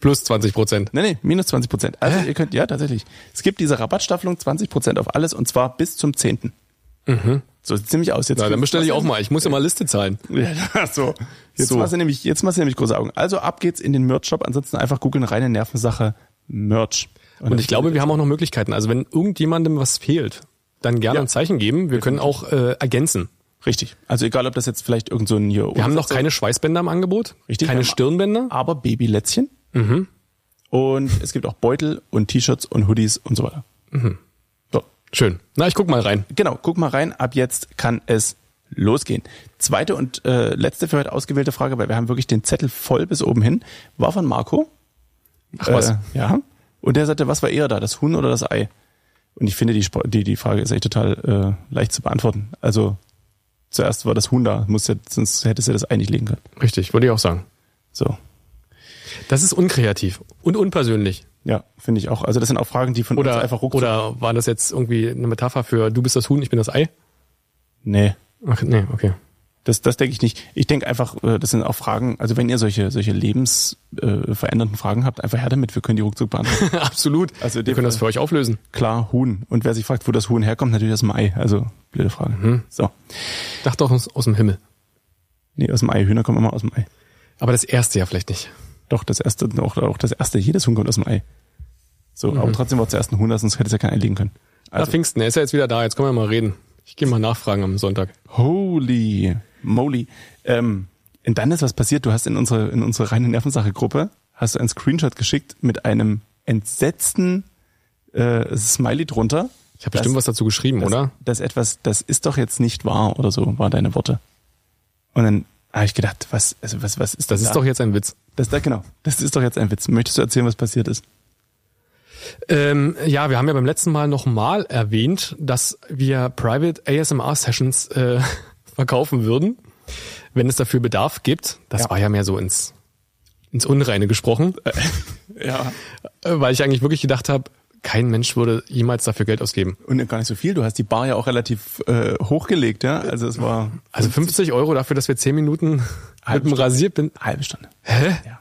C: Plus 20 Prozent.
B: Nee, nee, minus 20%. Also ihr könnt, ja tatsächlich. Es gibt diese Rabattstaffelung 20% auf alles und zwar bis zum 10. So sieht's nämlich aus. Jetzt
C: Mhm. Na, dann bestelle ich auch mal. Ich muss ja mal Liste zahlen.
B: Ja, ja, so. Jetzt
C: So.
B: machst du nämlich, jetzt machst du nämlich große Augen. Also ab geht's in den Merch-Shop. Ansonsten einfach googeln, reine Nervensache, Merch.
C: Und ich glaube, wir haben auch noch Möglichkeiten. Also wenn irgendjemandem was fehlt, dann gerne
B: Ja.
C: ein Zeichen geben. Wir können auch äh, ergänzen.
B: Richtig. Also egal, ob das jetzt vielleicht irgend so ein hier
C: Wir haben noch keine Schweißbänder im Angebot,
B: Richtig,
C: keine
B: wir haben-
C: Stirnbänder.
B: aber Babylätzchen.
C: Mhm.
B: Und es gibt auch Beutel und T-Shirts und Hoodies und so weiter.
C: Mhm.
B: So.
C: Schön. Na, ich guck mal rein.
B: Genau, guck mal rein. Ab jetzt kann es losgehen. Zweite und äh, letzte für heute ausgewählte Frage, weil wir haben wirklich den Zettel voll bis oben hin, war von Marco.
C: Ach was.
B: Äh, ja. Und der sagte, was war eher da, das Huhn oder das Ei? Und ich finde, die, Sp- die, die Frage ist echt total äh, leicht zu beantworten. Also zuerst war das Huhn da, muss ja, sonst hättest du das Ei nicht legen können.
C: Richtig, würde ich auch sagen.
B: So.
C: Das ist unkreativ und unpersönlich.
B: Ja, finde ich auch. Also das sind auch Fragen, die von uns
C: Oder,
B: einfach ruckzuck.
C: oder war das jetzt irgendwie eine Metapher für du bist das Huhn, ich bin das Ei?
B: Nee.
C: Ach, nee, okay.
B: Das, das denke ich nicht. Ich denke einfach, äh, das sind auch Fragen, also wenn ihr solche, solche lebensverändernden äh, verändernden Fragen habt, einfach her damit, wir können die ruckzuck beantworten.
C: Absolut.
B: Also in
C: wir
B: dem
C: können das
B: Fall-
C: für euch auflösen.
B: Klar, Huhn. Und wer sich fragt, wo das Huhn herkommt, natürlich aus dem Ei. Also, blöde Frage. So.
C: Dachte auch aus, aus dem Himmel.
B: Nee, aus dem Ei. Hühner kommen immer aus dem Ei.
C: Aber das erste ja vielleicht nicht.
B: Doch, das erste, auch, auch das erste, jedes Huhn kommt aus dem Ei. So, aber trotzdem war es zuerst ein Huhn, da, sonst hätte es ja kein Ei legen können.
C: Also. Na, Pfingsten, er ist ja jetzt wieder da, jetzt können wir mal reden. Ich gehe mal nachfragen am Sonntag.
B: Holy moly. Ähm, und dann ist was passiert. Du hast in unsere, in unsere reine Nervensache-Gruppe hast du einen Screenshot geschickt mit einem entsetzten äh, Smiley drunter.
C: Ich habe bestimmt was dazu geschrieben,
B: das,
C: oder?
B: Das etwas, das ist doch jetzt nicht wahr oder so, waren deine Worte. Und dann habe ich gedacht, was, also was, was ist
C: Das ist
B: da?
C: doch jetzt ein Witz.
B: das da genau. Das ist doch jetzt ein Witz. Möchtest du erzählen, was passiert ist?
C: Ähm, ja, wir haben ja beim letzten Mal nochmal erwähnt, dass wir Private ASMR Sessions äh, verkaufen würden, wenn es dafür Bedarf gibt. Das
B: Ja.
C: war ja mehr so ins, ins Unreine gesprochen, äh,
B: Ja.
C: weil ich eigentlich wirklich gedacht habe, kein Mensch würde jemals dafür Geld ausgeben.
B: Und gar nicht so viel. Du hast die Bar ja auch relativ äh, hochgelegt, ja. Also es war
C: Also 50 Euro dafür, dass wir 10 Minuten mit
B: Halbe
C: dem
B: Stunde.
C: Rasierpind.
B: halbe Stunde.
C: Hä?
B: Ja.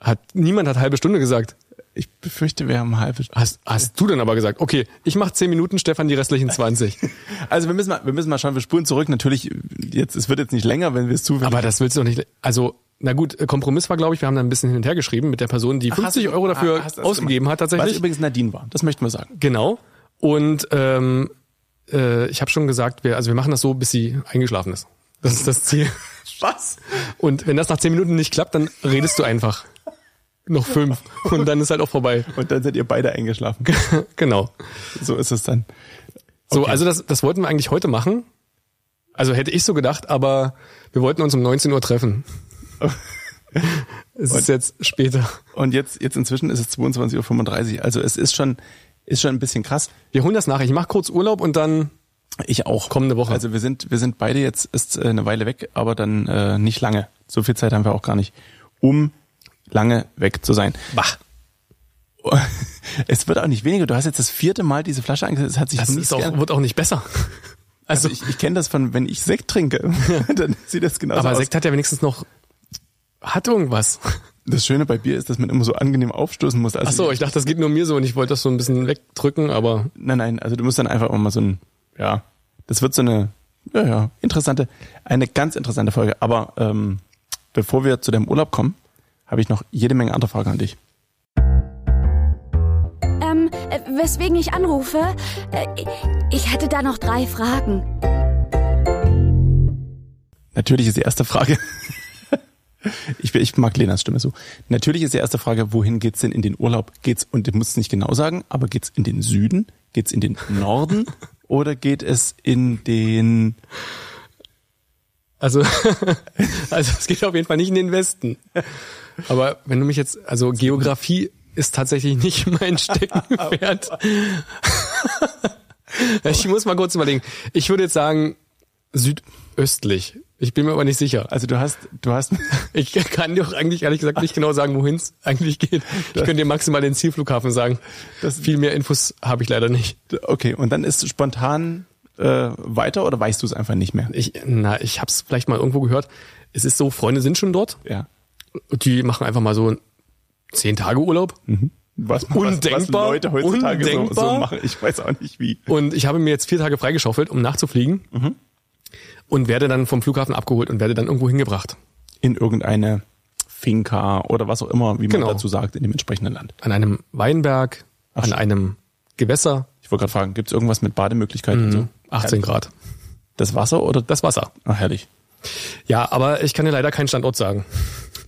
C: Hat, niemand hat halbe Stunde gesagt.
B: Ich befürchte, wir haben halbe Stunde.
C: Hast, hast du dann aber gesagt, okay, ich mache 10 Minuten, Stefan die restlichen 20.
B: Also wir müssen mal, wir müssen mal schauen, wir spulen zurück. Natürlich, jetzt, es wird jetzt nicht länger, wenn wir es zufällig.
C: Aber das willst du doch nicht. Also, na gut, Kompromiss war, glaube ich, wir haben da ein bisschen hin und her geschrieben mit der Person, die 50
B: Hast-
C: Euro dafür
B: ah, hast du das
C: ausgegeben
B: gemacht?
C: hat,
B: Was
C: tatsächlich.
B: übrigens Nadine war, das möchten wir sagen.
C: Genau. Und ähm, äh, ich habe schon gesagt, wir, also wir machen das so, bis sie eingeschlafen ist. Das ist das Ziel.
B: Was?
C: Und wenn das nach 10 Minuten nicht klappt, dann redest du einfach. Noch fünf. Und dann ist halt auch vorbei.
B: Und dann seid ihr beide eingeschlafen.
C: Genau.
B: so ist es dann.
C: So, also das, das wollten wir eigentlich heute machen. Also hätte ich so gedacht, aber wir wollten uns um 19 Uhr treffen. es ist jetzt später.
B: Und jetzt, jetzt inzwischen ist es 22.35 Uhr. Also es ist schon, ist schon ein bisschen krass.
C: Wir holen das nach. Ich mache kurz Urlaub und dann
B: Ich auch.
C: kommende Woche.
B: Also wir sind, wir sind beide jetzt ist äh, eine Weile weg, aber dann äh, nicht lange. So viel Zeit haben wir auch gar nicht, um lange weg zu sein.
C: bah.
B: Es wird auch nicht weniger. Du hast jetzt das vierte Mal diese Flasche angesetzt. Es hat sich
C: Das
B: nie
C: Also ist auch,
B: geändert.
C: wird auch nicht besser.
B: also ich, ich kenne das von, wenn ich Sekt trinke, dann sieht das genauso
C: aber
B: Also aus.
C: Sekt hat ja wenigstens noch, hat irgendwas.
B: Das Schöne bei Bier ist, dass man immer so angenehm aufstoßen muss. Also
C: Ach so, ich dachte, das geht nur mir so und ich wollte das so ein bisschen wegdrücken, aber
B: Nein, nein, also du musst dann einfach auch mal so ein, ja, das wird so eine, ja, ja, interessante, eine ganz interessante Folge. Aber ähm, bevor wir zu deinem Urlaub kommen, habe ich noch jede Menge andere Fragen an dich.
A: Ähm, äh, weswegen ich anrufe? Äh, ich hätte da noch drei Fragen.
B: Natürlich ist die erste Frage, ich, bin- ich mag Lenas Stimme so. Natürlich ist die erste Frage, wohin geht's denn in den Urlaub? Geht's, und du musst es nicht genau sagen, aber geht's in den Süden? Geht's in den Norden? oder geht es in den,
C: also, also es geht auf jeden Fall nicht in den Westen. Aber wenn du mich jetzt, also Geografie ist tatsächlich nicht mein Steckenpferd. ich muss mal kurz überlegen. Ich würde jetzt sagen, südöstlich. Ich bin mir aber nicht sicher.
B: also du hast, du hast,
C: Ich kann dir auch eigentlich ehrlich gesagt nicht genau sagen, wohin es eigentlich geht. Ich könnte dir maximal den Zielflughafen sagen.
B: Das-
C: Viel mehr Infos habe ich leider nicht.
B: okay, und dann ist spontan äh, weiter oder weißt du es einfach nicht mehr?
C: Ich, na, ich habe es vielleicht mal irgendwo gehört. Es ist so, Freunde sind schon dort.
B: Ja.
C: Die machen einfach mal so zehn Tage Urlaub.
B: was, man-
C: Undenkbar,
B: was, was Leute heutzutage so,
C: undenkbar.
B: so machen. Ich weiß auch nicht wie.
C: Und ich habe mir jetzt vier Tage freigeschaufelt, um nachzufliegen. Und werde dann vom Flughafen abgeholt und werde dann irgendwo hingebracht.
B: In irgendeine Finca oder was auch immer, wie man
C: Genau.
B: dazu sagt, in dem entsprechenden Land.
C: An einem Weinberg, an einem Gewässer.
B: Ich wollte gerade fragen, gibt es irgendwas mit Bademöglichkeiten? und
C: Mhm.
B: So?
C: 18 Grad.
B: Das Wasser oder das?
C: Das Wasser.
B: Ach, herrlich.
C: Ja, aber ich kann dir leider keinen Standort sagen.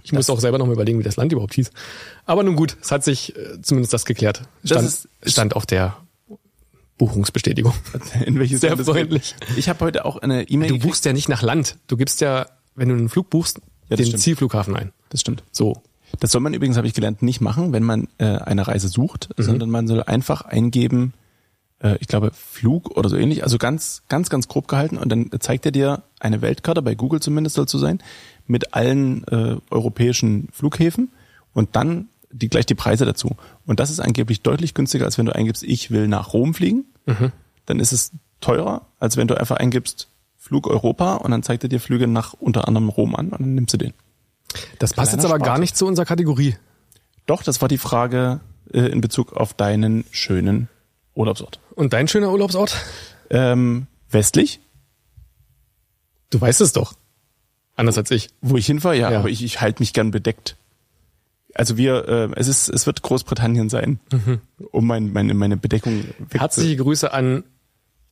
C: Ich muss auch selber nochmal überlegen, wie das Land überhaupt hieß. Aber nun gut, es hat sich äh, zumindest das geklärt.
B: Das
C: Stand,
B: ist-
C: stand auf der Buchungsbestätigung.
B: In welches
C: Sehr
B: Land es geht.
C: freundlich.
B: Ich habe heute auch eine E-Mail.
C: Du buchst ja nicht nach Land. Du gibst ja, wenn du einen Flug buchst,
B: das
C: den
B: stimmt.
C: Zielflughafen ein.
B: Das stimmt.
C: So.
B: Das soll man übrigens, habe ich gelernt, nicht machen, wenn man äh, eine Reise sucht, sondern man soll einfach eingeben, äh, ich glaube, Flug oder so ähnlich, also ganz, ganz, ganz grob gehalten und dann zeigt er dir eine Weltkarte, bei Google zumindest soll es so sein, mit allen äh, europäischen Flughäfen und dann die, gleich die Preise dazu. Und das ist angeblich deutlich günstiger, als wenn du eingibst, ich will nach Rom fliegen, dann ist es teurer, als wenn du einfach eingibst, Flug Europa und dann zeigt er dir Flüge nach unter anderem Rom an und dann nimmst du den.
C: Das passt
B: Kleiner
C: jetzt aber gar
B: Spaß.
C: nicht zu unserer Kategorie.
B: Doch, das war die Frage äh, in Bezug auf deinen schönen Urlaubsort.
C: Und dein schöner Urlaubsort?
B: Ähm, westlich,
C: Du weißt es doch. Anders als ich.
B: wo ich hin war, ja,
C: Ja.
B: aber ich, ich halte mich gern bedeckt. Also wir, äh, es ist, es wird Großbritannien sein, um mein, meine, meine Bedeckung
C: Herzliche Grüße an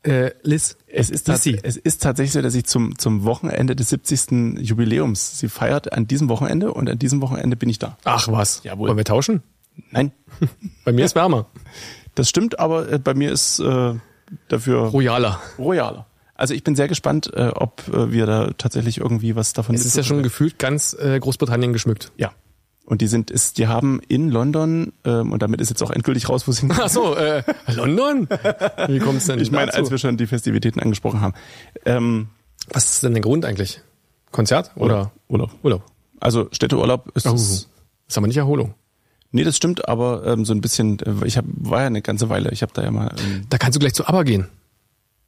C: äh, Liz.
B: Es ist, tats-
C: Lissy.
B: es ist tatsächlich so, dass ich zum, zum Wochenende des 70. Jubiläums, sie feiert an diesem Wochenende und an diesem Wochenende bin ich da.
C: Ach was.
B: Jawohl.
C: Wollen wir tauschen?
B: Nein,
C: Bei mir ist wärmer.
B: das stimmt, aber äh, bei mir ist äh, dafür
C: Royaler.
B: royaler. Also ich bin sehr gespannt, äh, ob äh, wir da tatsächlich irgendwie was davon
C: Es ist ja schon gefühlt ganz äh, Großbritannien geschmückt.
B: Ja. Und die sind, ist, die haben in London, ähm, und damit ist jetzt auch endgültig raus, wo sie
C: Ach so, äh, London? Wie kommt's denn
B: Ich meine,
C: dazu?
B: als wir schon die Festivitäten angesprochen haben. Ähm,
C: Was ist denn der Grund eigentlich? Konzert oder Oh.
B: Urlaub.
C: Urlaub?
B: Also Städteurlaub ist das,
C: Ist aber nicht Erholung.
B: Nee, das stimmt, aber ähm, so ein bisschen, äh, ich hab, war ja eine ganze Weile, ich habe da ja mal. Ähm,
C: Da kannst du gleich zu ABBA gehen.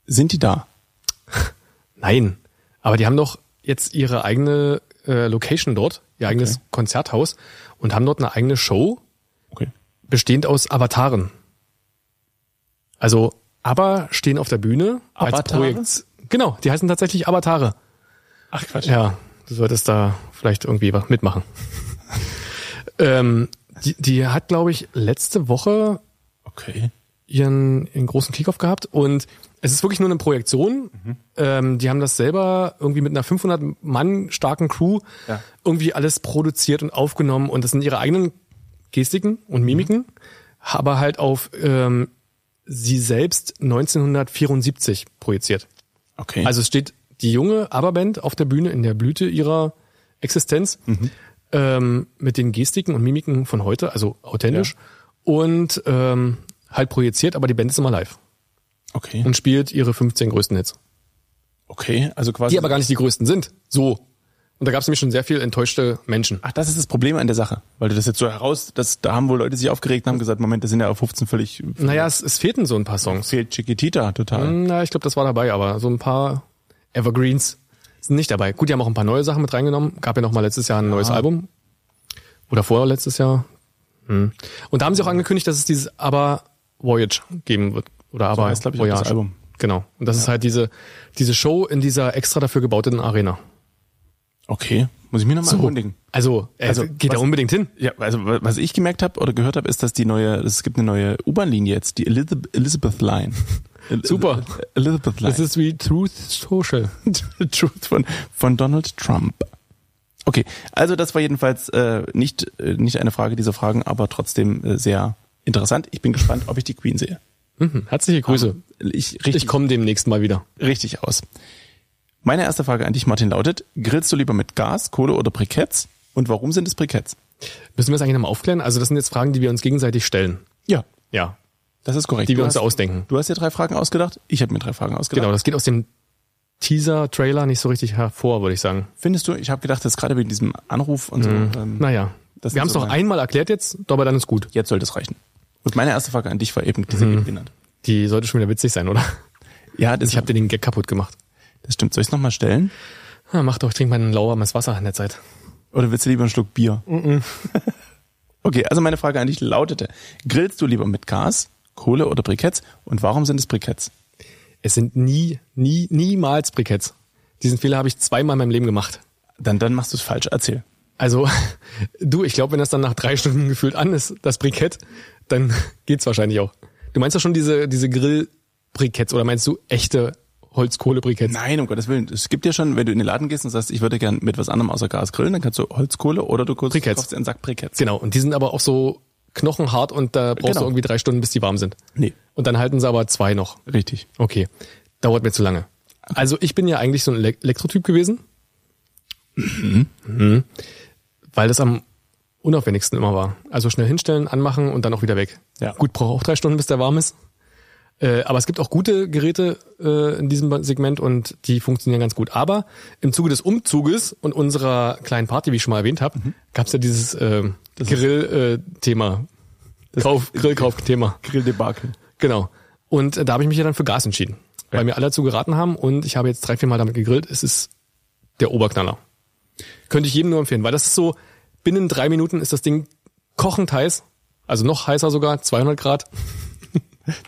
B: sind die da?
C: Nein. Aber die haben doch jetzt ihre eigene äh, Location dort, ihr eigenes
B: Okay.
C: Konzerthaus und haben dort eine eigene Show,
B: Okay.
C: bestehend aus Avataren. Also ABBA stehen auf der Bühne
B: Avatare?
C: als Projekt. Genau, die heißen tatsächlich Avatare.
B: Ach Quatsch.
C: Ja, du solltest da vielleicht irgendwie wa- mitmachen. ähm, die, die hat, glaube ich, letzte Woche
B: Okay.
C: ihren, ihren großen Kickoff gehabt und es ist wirklich nur eine Projektion. Ähm, die haben das selber irgendwie mit einer 500 Mann starken Crew
B: Ja.
C: irgendwie alles produziert und aufgenommen und das sind ihre eigenen Gestiken und Mimiken, aber halt auf ähm, sie selbst 1974 projiziert.
B: Okay. Also
C: Also es steht die junge Aberband auf der Bühne in der Blüte ihrer Existenz ähm, mit den Gestiken und Mimiken von heute, also authentisch und ähm, halt projiziert, aber die Band ist immer live
B: okay.
C: und spielt ihre 15 größten Hits,
B: Okay. Also quasi.
C: die aber gar nicht die größten sind. So. Und da gab es nämlich schon sehr viel enttäuschte Menschen.
B: Ach, das ist das Problem an der Sache, weil du das jetzt so heraus, das, da haben wohl Leute sich aufgeregt und haben gesagt, Moment, das sind ja auf 15 völlig
C: Naja, es, es fehlten so ein paar Songs.
B: fehlt Chiquitita total.
C: Hm, Na, ich glaube, das war dabei, aber so ein paar Evergreens sind nicht dabei. Gut, die haben auch ein paar neue Sachen mit reingenommen. Gab ja noch mal letztes Jahr ein neues Album. Oder vorher letztes Jahr. Hm. Und da haben sie auch angekündigt, dass es dieses Aber Voyage geben wird. Oder Aber
B: heißt, glaub ich, auch
C: Voyage.
B: das Album.
C: Genau. Und das ist halt diese, diese Show in dieser extra dafür gebauten Arena.
B: Okay. Muss ich mir nochmal so. erkundigen.
C: Also, also,
B: Also,
C: geht da
B: was-
C: unbedingt hin.
B: Ja, also wa- was ich gemerkt habe oder gehört habe, ist, dass die neue, es gibt eine neue U-Bahn-Linie jetzt, die Elizab- Elizabeth Line. El-
C: Super.
B: El- Elizabeth Line.
C: Das ist wie Truth Social.
B: Truth von, von Donald Trump. Okay, also das war jedenfalls äh, nicht, äh, nicht eine Frage dieser Fragen, aber trotzdem äh, sehr interessant. Ich bin gespannt, ob ich die Queen sehe.
C: Mhm. Herzliche Grüße.
B: Ich
C: Ich
B: richtig,
C: komme demnächst mal wieder.
B: richtig aus. Meine erste Frage an dich, Martin, lautet, grillst du lieber mit Gas, Kohle oder Briketts? Und warum sind es Briketts?
C: Müssen wir das eigentlich nochmal aufklären? Also, das sind jetzt Fragen, die wir uns gegenseitig stellen.
B: Ja,
C: Ja.
B: das ist korrekt.
C: Die wir
B: Du
C: uns
B: hast-
C: ausdenken.
B: Du hast dir drei Fragen ausgedacht, ich habe mir drei Fragen ausgedacht.
C: Genau, das geht aus dem Teaser-Trailer nicht so richtig hervor, würde ich sagen.
B: Findest du, ich habe gedacht, dass gerade wegen diesem Anruf und
C: Mhm.
B: so, ähm,
C: Naja,
B: Das
C: wir
B: ist
C: haben es
B: so
C: doch
B: mein-
C: einmal erklärt jetzt, aber dann ist gut.
B: jetzt sollte es reichen. Und meine erste Frage an dich war eben
C: Mhm.
B: diese eben genannt.
C: Die sollte schon wieder witzig sein, oder?
B: Ja, das,
C: Ich habe dir den Gag kaputt gemacht.
B: das stimmt. Soll ich es nochmal stellen?
C: Ja, mach doch, trink mal ein lauwarmes Wasser in der Zeit.
B: Oder willst du lieber einen Schluck Bier?
C: Mhm.
B: okay, also meine Frage an dich lautete, grillst du lieber mit Gas, Kohle oder Briketts? Und warum sind es Briketts?
C: Es sind nie, nie, niemals Briketts. Diesen Fehler habe ich zweimal in meinem Leben gemacht.
B: Dann, dann machst du es falsch. Erzähl.
C: Also, du, ich glaube, wenn das dann nach drei Stunden gefühlt an ist, das Brikett, dann geht's wahrscheinlich auch. Du meinst doch schon diese, diese Grill-Briketts oder meinst du echte Holzkohle-Briketts?
B: Nein, um Gottes Willen. Es gibt ja schon, wenn du in den Laden gehst und sagst, ich würde gern mit was anderem außer Gas grillen, dann kannst du Holzkohle oder du kurz
C: Briketts.
B: kaufst einen Sack Briketts.
C: Genau, und die sind aber auch so knochenhart und da brauchst
B: Genau.
C: du irgendwie drei Stunden, bis die warm sind.
B: Nee.
C: Und dann halten sie aber zwei noch.
B: Richtig.
C: Okay, dauert mir zu lange. Also ich bin ja eigentlich so ein Ele Elektrotyp gewesen, Mhm. weil das am unaufwendigsten immer war. Also schnell hinstellen, anmachen und dann auch wieder weg.
B: Ja.
C: Gut, braucht auch drei Stunden, bis der warm ist. Äh, aber es gibt auch gute Geräte äh, in diesem Ba- Segment und die funktionieren ganz gut. Aber im Zuge des Umzuges und unserer kleinen Party, wie ich schon mal erwähnt habe, gab es ja dieses äh, Grill-Thema. Kauf, Grill-Kauf-Thema.
B: Grilldebakel.
C: Genau. Und äh, da habe ich mich ja dann für Gas entschieden, weil mir alle dazu geraten haben und ich habe jetzt drei, vier Mal damit gegrillt. Es ist der Oberknaller. Könnte ich jedem nur empfehlen, weil das ist so, binnen drei Minuten ist das Ding kochend heiß, also noch heißer sogar, 200 Grad,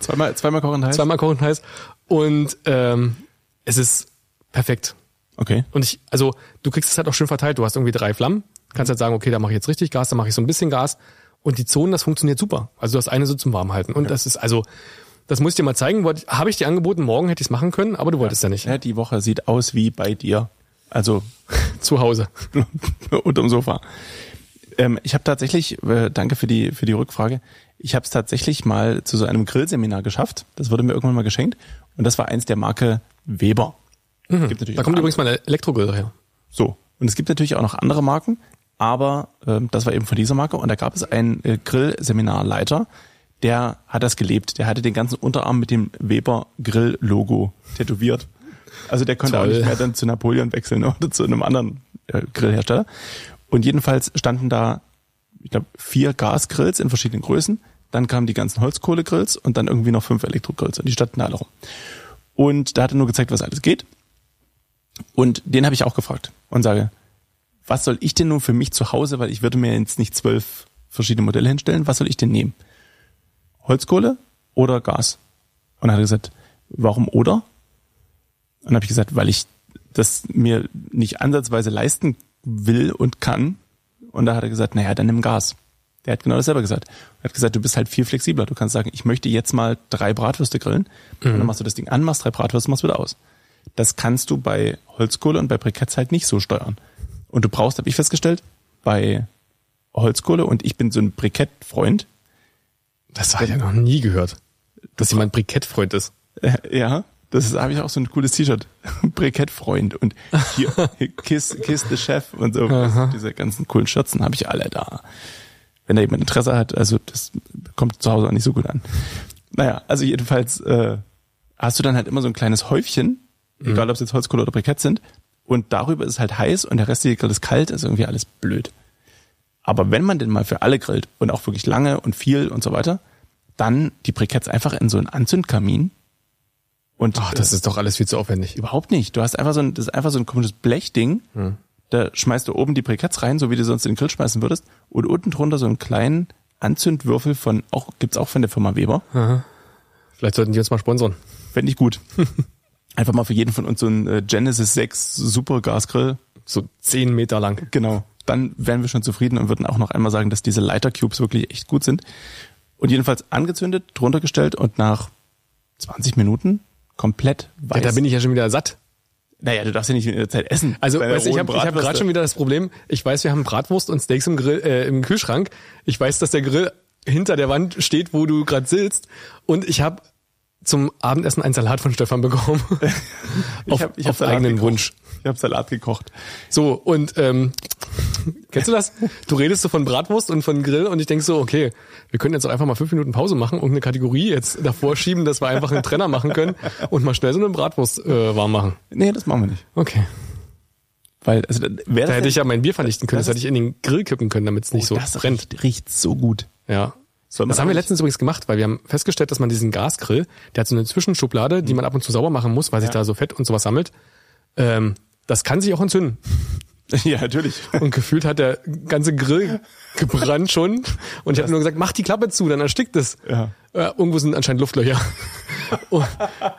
B: Zweimal, zweimal kochen heiß?
C: zweimal kochend heiß und ähm, es ist perfekt.
B: Okay.
C: Und ich, also du kriegst es halt auch schön verteilt. Du hast irgendwie drei Flammen Kannst halt sagen, okay, da mache ich jetzt richtig Gas, da mache ich so ein bisschen Gas. Und die Zonen, das funktioniert super. Also das eine so zum Warmhalten. Und das ist also, das muss ich dir mal zeigen. Wollte- Habe ich dir angeboten, morgen hätte ich es machen können, aber du wolltest ja nicht.
B: Ja, die Woche sieht aus wie bei dir. Also
C: Zu Hause.
B: unterm Sofa. Ähm, ich habe tatsächlich, äh, danke für die, für die Rückfrage, ich habe es tatsächlich mal zu so einem Grillseminar geschafft. Das wurde mir irgendwann mal geschenkt. Und das war eins der Marke Weber. Gibt natürlich
C: Mhm. Da kommt
B: auch
C: übrigens mein Elektrogrill her.
B: So. Und es gibt natürlich auch noch andere Marken, aber ähm, das war eben von dieser Marke. Und da gab es einen äh, Grillseminarleiter, der hat das gelebt. Der hatte den ganzen Unterarm mit dem Weber Grill Logo tätowiert. Also der konnte
C: Toll.
B: auch nicht mehr dann zu Napoleon wechseln ne, oder zu einem anderen äh, Grillhersteller. Und jedenfalls standen da, ich glaube, vier Gasgrills in verschiedenen Größen. Dann kamen die ganzen Holzkohlegrills und dann irgendwie noch fünf Elektrogrills. Und die standen da alle rum. Und da hat er nur gezeigt, was alles geht. Und den habe ich auch gefragt und sage, was soll ich denn nun für mich zu Hause, weil ich würde mir jetzt nicht zwölf verschiedene Modelle hinstellen, was soll ich denn nehmen? Holzkohle oder Gas? Und dann hat er gesagt, warum oder? Und dann habe ich gesagt, weil ich das mir nicht ansatzweise leisten will und kann. Und da hat er gesagt, naja, dann nimm Gas. Der hat genau dasselbe gesagt. Er hat gesagt, du bist halt viel flexibler. Du kannst sagen, ich möchte jetzt mal drei Bratwürste grillen. Und dann machst du das Ding an, machst drei Bratwürste, machst wieder aus. Das kannst du bei Holzkohle und bei Briketts halt nicht so steuern. Und du brauchst, habe ich festgestellt, bei Holzkohle, und ich bin so ein Brikett-Freund,
C: Das habe ich ja noch nie gehört. Dass jemand Brikettfreund ist.
B: Äh, Ja, das ist- habe ich auch so ein cooles T-Shirt. Brikettfreund und hier, Kiss, Kiss the Chef und so. Diese ganzen coolen Schürzen habe ich alle da. Wenn da jemand Interesse hat, also das kommt zu Hause auch nicht so gut an. Naja, also jedenfalls äh, hast du dann halt immer so ein kleines Häufchen, egal ob es jetzt Holzkohle oder Brikett sind, und darüber ist es halt heiß und der restliche Grill ist kalt, ist irgendwie alles blöd. Aber wenn man denn mal für alle grillt und auch wirklich lange und viel und so weiter, dann die Briketts einfach in so einen Anzündkamin und
C: Ach, Ah, das
B: äh,
C: ist doch alles viel zu aufwendig.
B: überhaupt nicht. Du hast einfach so ein, das ist einfach so ein komisches Blechding. Da schmeißt du oben die Briketts rein, so wie du sonst in den Grill schmeißen würdest, und unten drunter so einen kleinen Anzündwürfel von auch gibt's auch von der Firma Weber.
C: Vielleicht sollten die uns mal sponsern.
B: Fände ich gut. Einfach mal für jeden von uns so ein äh, Genesis 6 Super Gasgrill.
C: So zehn Meter lang.
B: Genau. Dann wären wir schon zufrieden und würden auch noch einmal sagen, dass diese Leitercubes wirklich echt gut sind. Und jedenfalls angezündet, drunter gestellt und nach 20 Minuten komplett
C: Ja,
B: weiß.
C: da bin ich ja schon wieder satt.
B: naja, du darfst ja nicht in der Zeit essen.
C: Also,
B: Bei der
C: weißt du, ich
B: rohen
C: habe hab
B: Bratwürste.
C: gerade schon wieder das Problem, ich weiß, wir haben Bratwurst und Steaks im, Grill, äh, im Kühlschrank. Ich weiß, dass der Grill hinter der Wand steht, wo du gerade sitzt. Und ich habe zum Abendessen einen Salat von Stefan bekommen. auf
B: hab- ich hab
C: auf
B: Salat
C: eigenen
B: gekocht.
C: Wunsch.
B: Ich habe Salat gekocht.
C: So, und ähm, kennst du das? Du redest so von Bratwurst und von Grill und ich denk so, okay, wir können jetzt auch einfach mal fünf Minuten Pause machen und eine Kategorie jetzt davor schieben, dass wir einfach einen Trenner machen können und mal schnell so eine Bratwurst äh, warm machen.
B: Nee, das machen wir nicht.
C: Okay.
B: Weil, also, wer
C: Da hätte ich ja mein Bier vernichten können,
B: Das
C: das, hätte ich in den Grill kippen können, damit es nicht so
B: Oh, das
C: brennt.
B: Riecht, riecht so gut.
C: Ja.
B: Soll man
C: das haben wir
B: aber
C: letztens übrigens gemacht, weil wir haben festgestellt, dass man diesen Gasgrill, der hat so eine Zwischenschublade,
B: Mhm.
C: die man ab und zu sauber machen muss, weil sich da so Fett und sowas sammelt. Ähm, das kann sich auch entzünden.
B: ja, natürlich.
C: Und gefühlt hat der ganze Grill gebrannt schon. Und ich habe nur gesagt, mach die Klappe zu, dann erstickt es.
B: Ja.
C: Äh, irgendwo sind anscheinend Luftlöcher. und,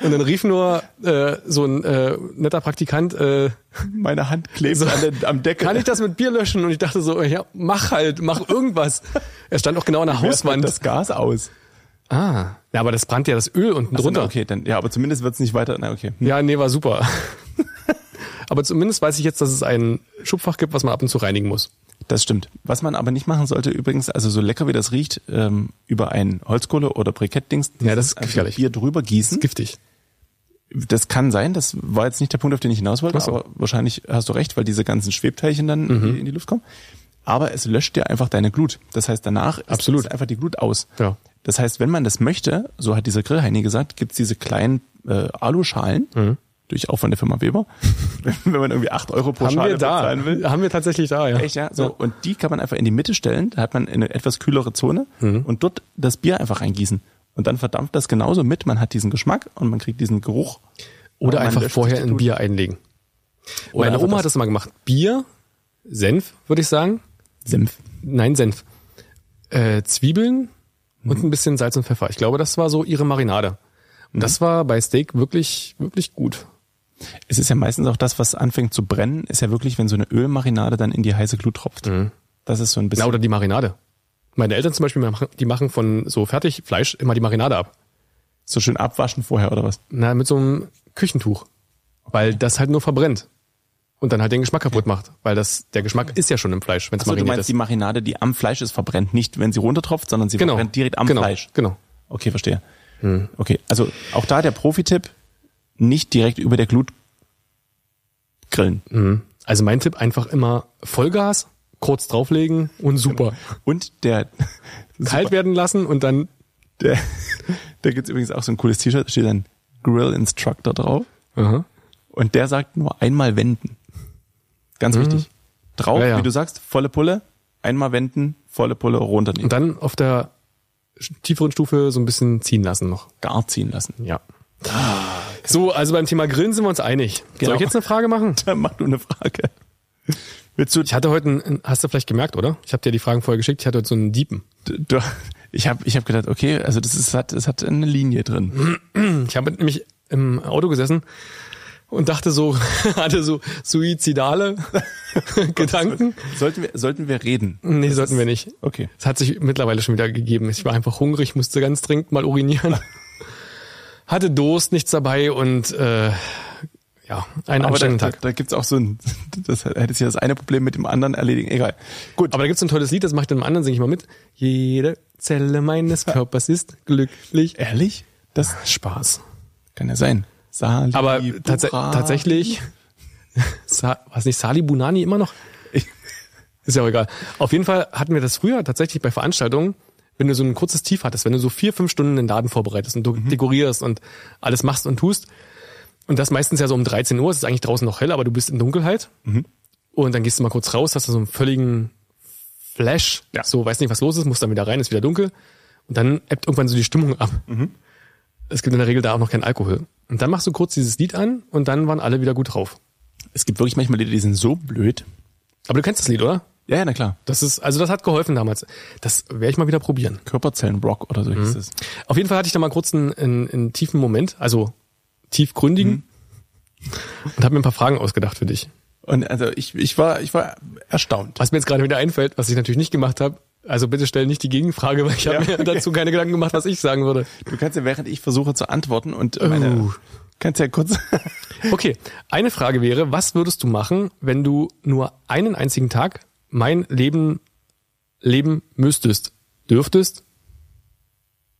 C: und dann rief nur äh, so ein äh, netter Praktikant, äh,
B: Meine Hand klebt
C: So.
B: an den, am Deckel.
C: kann ich das mit Bier löschen? Und ich dachte so, ja, mach halt, mach irgendwas. Er stand auch genau an der
B: Werft
C: Hauswand.
B: das Gas aus?
C: Ah, ja, aber das brannte ja das Öl unten
B: So, na,
C: drunter.
B: Okay, Hm. dann, ja, aber zumindest wird's nicht weiter, na, okay.
C: Ja, nee, war super. aber zumindest weiß ich jetzt, dass es ein Schubfach gibt, was man ab und zu reinigen muss.
B: Das stimmt. Was man aber nicht machen sollte übrigens, also so lecker wie das riecht, ähm, über ein Holzkohle- oder Brikettdings,
C: Ja,
B: dieses
C: das ist gefährlich.
B: Bier drüber gießen.
C: Giftig.
B: Das kann sein, das war jetzt nicht der Punkt, auf den ich hinaus wollte,
C: Ach so. Mhm.
B: aber wahrscheinlich hast du recht, weil diese ganzen Schwebteilchen dann in die- in die Luft kommen. Aber es löscht dir einfach deine Glut. Das heißt, danach ist-
C: Absolut.
B: ist einfach die Glut aus.
C: Ja.
B: Das heißt, wenn man das möchte, so hat dieser Grillheini gesagt, gibt's diese kleinen äh, Aluschalen,
C: Mhm.
B: durch auch von der Firma Weber, wenn man irgendwie acht Euro pro
C: Haben
B: Schale
C: wir da,
B: bezahlen will.
C: haben wir tatsächlich da, ja.
B: Echt, ja? So, Und die kann man einfach in die Mitte stellen, da hat man eine etwas kühlere Zone
C: Mhm.
B: und dort das Bier einfach reingießen. Und dann verdampft das genauso mit, man hat diesen Geschmack und man kriegt diesen Geruch.
C: Oder
B: Man
C: einfach
B: löscht
C: vorher
B: sich die
C: in
B: Glut.
C: Bier einlegen.
B: Oder
C: Meine
B: einfach
C: Oma
B: das-
C: hat das mal gemacht. Bier, Senf, würde ich sagen.
B: Senf.
C: Nein, Senf. Äh, Zwiebeln
B: Mhm.
C: und ein bisschen Salz
B: Mhm.
C: und Pfeffer. Ich glaube, das war so ihre Marinade. Und das war bei Steak wirklich, wirklich gut.
B: Es ist ja meistens auch das, was anfängt zu brennen, ist ja wirklich, wenn so eine Ölmarinade dann in die heiße Glut tropft.
C: Mhm.
B: Das ist so ein
C: Na,
B: bisschen.
C: oder die Marinade. Meine Eltern zum Beispiel, machen- die machen von so Fertigfleisch immer die Marinade ab.
B: So schön abwaschen vorher oder was?
C: Na, mit so einem Küchentuch. Weil das halt nur verbrennt. Und dann halt den Geschmack kaputt macht. Weil das, der Geschmack ist ja schon im Fleisch, wenn es
B: Also du
C: mariniert
B: meinst
C: ist.
B: die Marinade, die am Fleisch ist, verbrennt. Nicht, wenn sie runtertropft, sondern sie
C: genau.
B: verbrennt direkt am
C: genau. Mhm.
B: Fleisch.
C: Genau.
B: Okay, verstehe. Okay, also auch da der Profi-Tipp, nicht direkt über der Glut grillen.
C: Also mein Tipp einfach immer Vollgas, kurz drauflegen und super.
B: Und der, Genau.
C: Kalt werden lassen und dann
B: der da gibt's übrigens auch so ein cooles T-Shirt, da steht dann Grill Instructor drauf.
C: Aha.
B: Und der sagt nur einmal wenden. Ganz wichtig. Drauf,
C: Mhm. Ja, ja.
B: wie du sagst, volle Pulle, einmal wenden, volle Pulle runternehmen.
C: und dann auf der sch- tieferen Stufe so ein bisschen ziehen lassen noch.
B: gar ziehen lassen.
C: Ja. So, also beim Thema Grillen sind wir uns einig.
B: Genau.
C: Soll ich jetzt eine Frage machen?
B: Dann mach du eine Frage. Willst du,
C: Ich hatte heute, einen, hast du vielleicht gemerkt, oder? Ich habe dir die Fragen vorher geschickt. Ich hatte heute so einen Diepen.
B: du, ich habe ich hab gedacht, okay, also das ist, hat, es hat eine Linie drin. Hm.
C: Ich habe nämlich im Auto gesessen und dachte so, hatte so suizidale Gedanken.
B: Sollten wir, sollten wir reden?
C: Nee, sollten wir nicht.
B: Okay.
C: Es hat sich mittlerweile schon wieder gegeben. Ich war einfach hungrig, musste ganz dringend mal urinieren. Hatte Durst, nichts dabei und äh, ja, einen
B: Aber da,
C: anstrengenden
B: da,
C: Tag.
B: da gibt's auch so ein, das hättest ja das eine Problem mit dem anderen erledigen. Egal. Gut.
C: Aber da gibt's ein tolles Lied, das mache ich dann im anderen, singe ich mal mit. Jede Zelle meines Körpers ist glücklich.
B: ehrlich? Das
C: Spaß.
B: kann ja sein. Sali,
C: Aber tats
B: Bura.
C: tatsächlich, Sa was nicht, Sali Bunani immer noch? Ist ja auch egal. Auf jeden Fall hatten wir das früher tatsächlich bei Veranstaltungen, wenn du so ein kurzes Tief hattest, wenn du so vier, fünf Stunden den Laden vorbereitest und du dekorierst und alles machst und tust. Und das meistens ja so um 13 Uhr, es ist eigentlich draußen noch hell, aber du bist in Dunkelheit. Und dann gehst du mal kurz raus, hast da so einen völligen Flash,
B: Ja.
C: so weiß nicht, was los ist, musst dann wieder rein, ist wieder dunkel. Und dann ebbt irgendwann so die Stimmung ab es gibt in der Regel da auch noch keinen Alkohol. Und dann machst du kurz dieses Lied an und dann waren alle wieder gut drauf.
B: Es gibt wirklich manchmal Leute, die sind so blöd.
C: Aber du kennst das Lied, oder?
B: Ja, ja, na klar.
C: Das ist, also das hat geholfen damals. Das werde ich mal wieder probieren.
B: Körperzellenblock oder so hieß es.
C: Auf jeden Fall hatte ich da mal kurz einen, einen, einen tiefen Moment, also tiefgründigen. Und habe mir ein paar Fragen ausgedacht für dich.
B: Und also ich, ich war, ich war erstaunt.
C: Was mir jetzt gerade wieder einfällt, was ich natürlich nicht gemacht habe, also bitte stell nicht die Gegenfrage, weil ich
B: Ja,
C: habe mir
B: okay.
C: dazu keine Gedanken gemacht, was ich sagen würde.
B: Du kannst ja, während ich versuche zu antworten und meine,
C: Oh.
B: kannst ja kurz.
C: Okay, eine Frage wäre, was würdest du machen, wenn du nur einen einzigen Tag mein Leben leben müsstest, dürftest,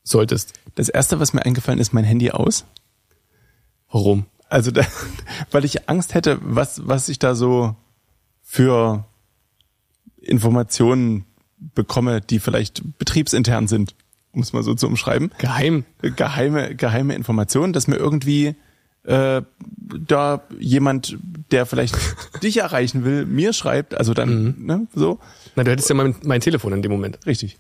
C: solltest?
B: Das erste, was mir eingefallen ist, mein Handy aus.
C: Warum?
B: Also, da, weil ich Angst hätte, was, was ich da so für Informationen bekomme, die vielleicht betriebsintern sind, um es mal so zu umschreiben.
C: Geheim.
B: Geheime, geheime Informationen, dass mir irgendwie äh, da jemand, der vielleicht dich erreichen will, mir schreibt, also dann,
C: Mhm.
B: ne, so.
C: Na, du hättest ja mein, mein Telefon in dem Moment.
B: Richtig.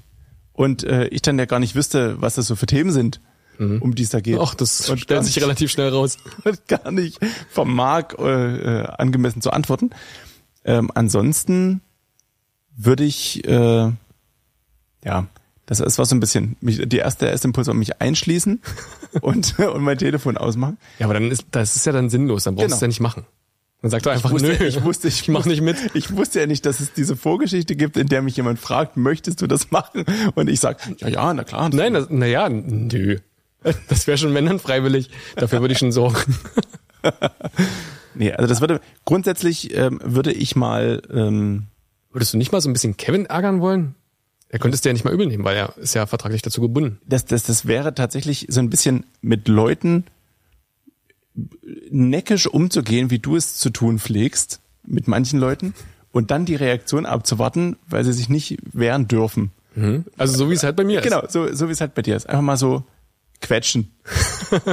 B: Und äh, ich dann ja gar nicht wüsste, was das so für Themen sind, um die es da geht.
C: Mhm. Ach, das
B: Und
C: stellt
B: gar
C: sich
B: nicht-
C: relativ schnell raus.
B: und gar nicht vermag, äh, äh, angemessen zu antworten. Ähm, ansonsten würde ich, äh, ja, das ist was so ein bisschen, mich, die erste, der erste Impuls war mich einschließen und, und mein Telefon ausmachen.
C: Ja, aber dann ist das ist ja dann sinnlos, dann brauchst du
B: Genau.
C: es ja nicht machen. Dann sagt er einfach,
B: wusste-
C: nö,
B: ich wusste- ich
C: ich mach nicht mit.
B: Ich wusste ja nicht, dass es diese Vorgeschichte gibt, in der mich jemand fragt, möchtest du das machen? Und ich sag, ja, ja, na klar.
C: Nein, das, naja, nö. Das wäre schon, wenn dann freiwillig. Dafür würde ich schon sorgen.
B: Nee, also das würde, grundsätzlich ähm, würde ich mal, ähm,
C: Würdest du nicht mal so ein bisschen Kevin ärgern wollen? Er könnte es dir ja nicht mal übel nehmen, weil er ist ja vertraglich dazu gebunden.
B: das, das, das wäre tatsächlich so ein bisschen mit Leuten neckisch umzugehen, wie du es zu tun pflegst, mit manchen Leuten, und dann die Reaktion abzuwarten, weil sie sich nicht wehren dürfen.
C: Also so wie es halt bei mir ist.
B: Genau, so, so wie es halt bei dir ist. Einfach mal so quetschen,